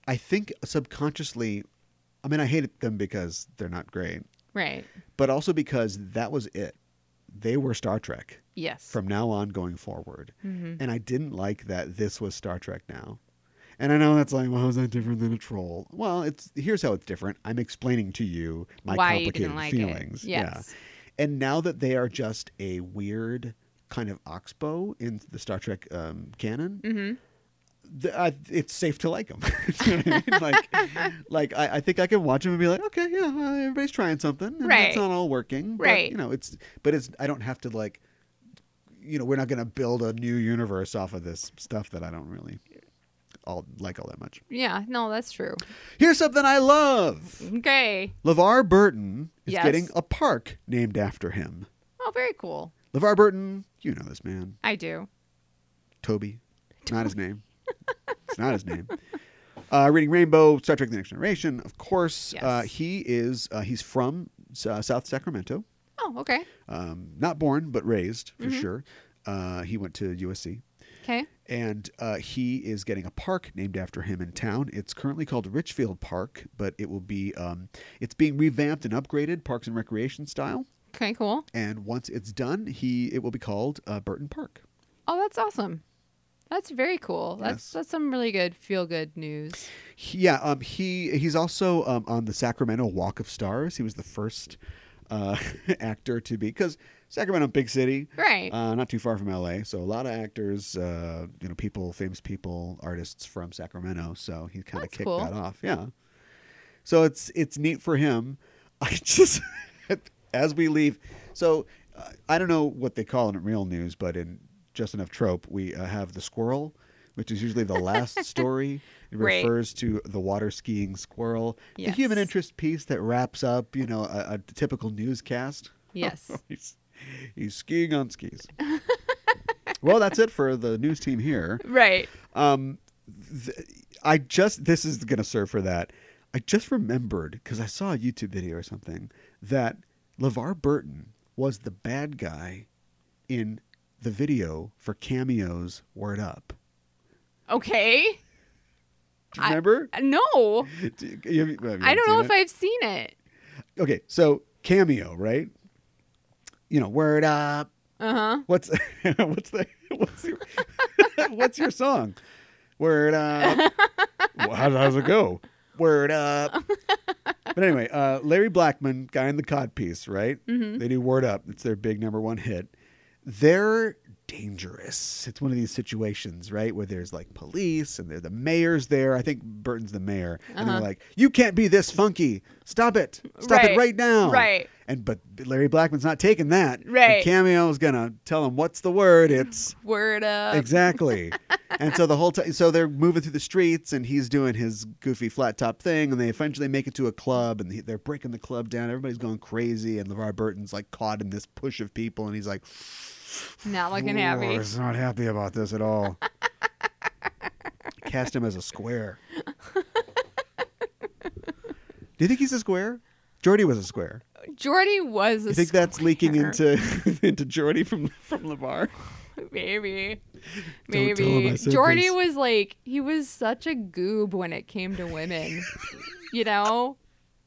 Speaker 3: I think subconsciously, I mean, I hated them because they're not great,
Speaker 5: Right.
Speaker 3: but also because that was it. They were Star Trek
Speaker 5: Yes. Mm-hmm.
Speaker 3: from now on going forward. And I didn't like that this was Star Trek now. And I know that's like, well, how's that different than a troll? Well, it's here's how it's different. I'm explaining to you my
Speaker 5: Why you
Speaker 3: complicated
Speaker 5: didn't like it.
Speaker 3: feelings.
Speaker 5: Yes.
Speaker 3: Yeah. And now that they are just a weird kind of oxbow in the Star Trek um, canon,
Speaker 5: Mm-hmm.
Speaker 3: th- I, it's safe to like them. like, like I, I think I can watch them and be like, okay, yeah, well, everybody's trying something. and It's
Speaker 5: Right.
Speaker 3: not all working. but,
Speaker 5: Right.
Speaker 3: you know, it's but it's I don't have to like, you know, we're not going to build a new universe off of this stuff that I don't really all like all that much.
Speaker 5: yeah. No, that's true.
Speaker 3: Here's something I love.
Speaker 5: Okay.
Speaker 3: LeVar Burton is
Speaker 5: Yes.
Speaker 3: getting a park named after him.
Speaker 5: Oh, very cool.
Speaker 3: LeVar Burton, you know this man.
Speaker 5: I do.
Speaker 3: Toby. Not his name. it's not his name. Uh, Reading Rainbow, Star Trek: The Next Generation. Of course,
Speaker 5: Yes.
Speaker 3: uh, he is. Uh, he's from uh, South Sacramento.
Speaker 5: Oh, okay.
Speaker 3: Um, not born, but raised for sure. Uh, he went to USC,
Speaker 5: Okay.
Speaker 3: and uh, he is getting a park named after him in town. It's currently called Richfield Park, but it will be. Um, it's being revamped and upgraded, Parks and Recreation style.
Speaker 5: Okay. Cool.
Speaker 3: And once it's done, he it will be called uh, Burton Park.
Speaker 5: Oh, that's awesome. That's very cool. That's
Speaker 3: Yes.
Speaker 5: that's some really good feel good news.
Speaker 3: He- yeah, um, he he's also um, on the Sacramento Walk of Stars. He was the first uh, actor to be because Sacramento, big city,
Speaker 5: Right.
Speaker 3: Uh, not too far from LA, so a lot of actors, uh, you know, people, famous people, artists from Sacramento. So he kind of
Speaker 5: That's
Speaker 3: kicked
Speaker 5: cool.
Speaker 3: that off. Yeah. So it's it's neat for him. I just as we leave. So uh, I don't know what they call it in real news, but in just enough trope, we uh, have the squirrel, which is usually the last story. It
Speaker 5: Right.
Speaker 3: refers to the water skiing squirrel,
Speaker 5: Yes.
Speaker 3: the human interest piece that wraps up, you know, a, a typical newscast. Oh,
Speaker 5: Yes.
Speaker 3: He's, he's skiing on skis. well, that's it for the news team here.
Speaker 5: right.
Speaker 3: I just this is gonna serve for that. I just remembered because I saw a YouTube video or something that LeVar Burton was the bad guy in the video for cameos Word Up.
Speaker 5: Okay.
Speaker 3: Do you remember?
Speaker 5: No.
Speaker 3: Do you- have you- well, you
Speaker 5: I
Speaker 3: haven't
Speaker 5: don't know
Speaker 3: seen
Speaker 5: if
Speaker 3: it?
Speaker 5: I've seen it.
Speaker 3: Okay, so cameo, right? You know, Word Up.
Speaker 5: Uh huh.
Speaker 3: What's what's the what's your what's your song? Word up. Well, how does it go? Word up. But anyway, uh, Larry Blackman, guy in the codpiece, right?
Speaker 5: Mm-hmm.
Speaker 3: They do word up. It's their big number one hit. They're dangerous. It's one of these situations, right, where there's like police and they're the mayor's there. I think Burton's the mayor, and they're like, "You can't be this funky. Stop it. Stop it
Speaker 5: Uh-huh. Right.
Speaker 3: right now."
Speaker 5: Right.
Speaker 3: And but Larry Blackman's not taking that. And
Speaker 5: Right.
Speaker 3: Cameo's gonna tell him what's the word. It's
Speaker 5: Word up.
Speaker 3: exactly. and so the whole time, so they're moving through the streets, and he's doing his goofy flat top thing, and they eventually make it to a club, and he- they're breaking the club down. Everybody's going crazy, and LeVar Burton's like caught in this push of people, and he's like,
Speaker 5: Not looking
Speaker 3: "Ooh,
Speaker 5: happy.
Speaker 3: He's not happy about this at all. Cast him as a square. Do you think he's a square? Jordy was a square.
Speaker 5: Jordy was a
Speaker 3: You think that's leaking
Speaker 5: square.
Speaker 3: into into Jordy from from Levar?
Speaker 5: maybe.
Speaker 3: tell him I
Speaker 5: Maybe
Speaker 3: said
Speaker 5: Jordy
Speaker 3: this.
Speaker 5: was like he was such a goob when it came to women. you know?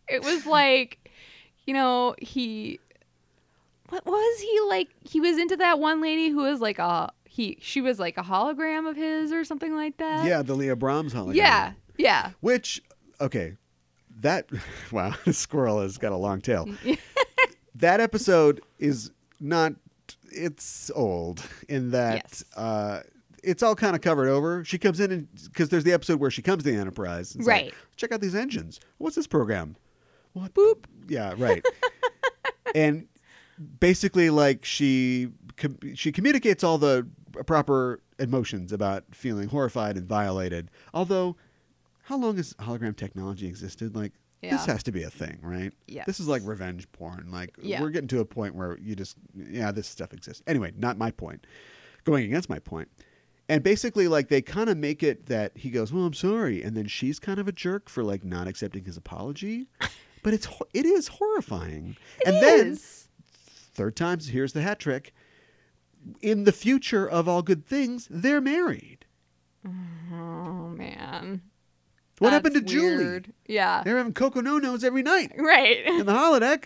Speaker 5: It was like you know, he what was he like he was into that one lady who was like a he she was like a hologram of his or something like that.
Speaker 3: Yeah, the Leah Brahms hologram.
Speaker 5: Yeah. Yeah.
Speaker 3: Which okay, that wow, this squirrel has got a long tail. that episode is not it's old in that
Speaker 5: Yes.
Speaker 3: uh it's all kind of covered over. She comes in and because there's the episode where she comes to the Enterprise. and it's like,
Speaker 5: Right.
Speaker 3: Check out these engines. What's this program? What? the-
Speaker 5: Boop.
Speaker 3: yeah. Right. and basically like she com- she communicates all the proper emotions about feeling horrified and violated although how long has hologram technology existed like this
Speaker 5: Yeah.
Speaker 3: has to be a thing right
Speaker 5: Yes.
Speaker 3: this is like revenge porn like
Speaker 5: Yeah.
Speaker 3: we're getting to a point where you just yeah this stuff exists anyway not my point going against my point and basically like they kind of make it that he goes well i'm sorry and then she's kind of a jerk for like not accepting his apology but it's ho- it is horrifying and then
Speaker 5: Yes.
Speaker 3: third times here's the hat trick in the future of all good things they're married
Speaker 5: Oh man.
Speaker 3: what
Speaker 5: That's
Speaker 3: happened to
Speaker 5: weird.
Speaker 3: julie
Speaker 5: Yeah.
Speaker 3: they're having coco no nos every night
Speaker 5: Right.
Speaker 3: in the holodeck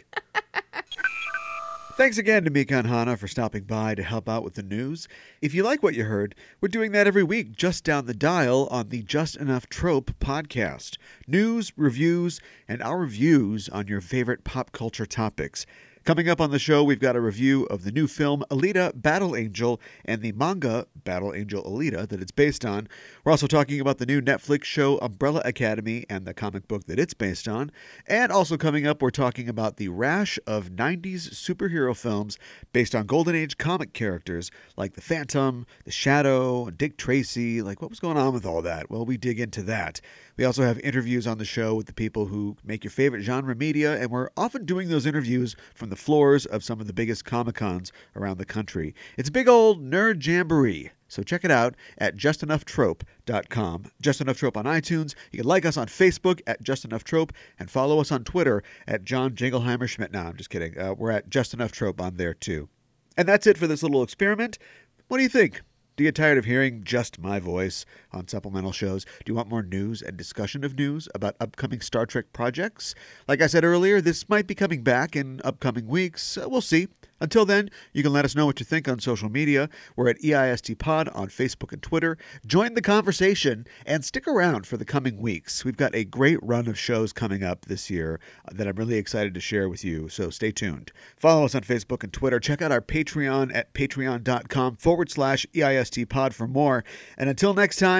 Speaker 3: Thanks again to Mika and Hana for stopping by to help out with the news. If you like what you heard, we're doing that every week just down the dial on the Just Enough Trope podcast. News, reviews, and our views on your favorite pop culture topics. Coming up on the show, we've got a review of the new film Alita Battle Angel and the manga Battle Angel Alita that it's based on. We're also talking about the new Netflix show Umbrella Academy and the comic book that it's based on. And also coming up, we're talking about the rash of 90s superhero films based on Golden Age comic characters like The Phantom, The Shadow, Dick Tracy. Like, what was going on with all that? Well, we dig into that. We also have interviews on the show with the people who make your favorite genre media, and we're often doing those interviews from the floors of some of the biggest Comic Cons around the country. It's a big old nerd jamboree. So check it out at justenoughtrope.com. Just Enough Trope on iTunes. You can like us on Facebook at Just Enough Trope and follow us on Twitter at John Jingleheimer Schmidt. No, I'm just kidding. Uh, we're at Just Enough Trope on there too. And that's it for this little experiment. What do you think? Do you get tired of hearing just my voice? on supplemental shows. Do you want more news and discussion of news about upcoming Star Trek projects? Like I said earlier, this might be coming back in upcoming weeks. Uh, We'll see. Until then, you can let us know what you think on social media. We're at E EIST Pod on Facebook and Twitter. Join the conversation and stick around for the coming weeks. We've got a great run of shows coming up this year uh, that I'm really excited to share with you, so stay tuned. Follow us on Facebook and Twitter. Check out our Patreon at E patreon.com forward slash EIST Pod for more. And until next time,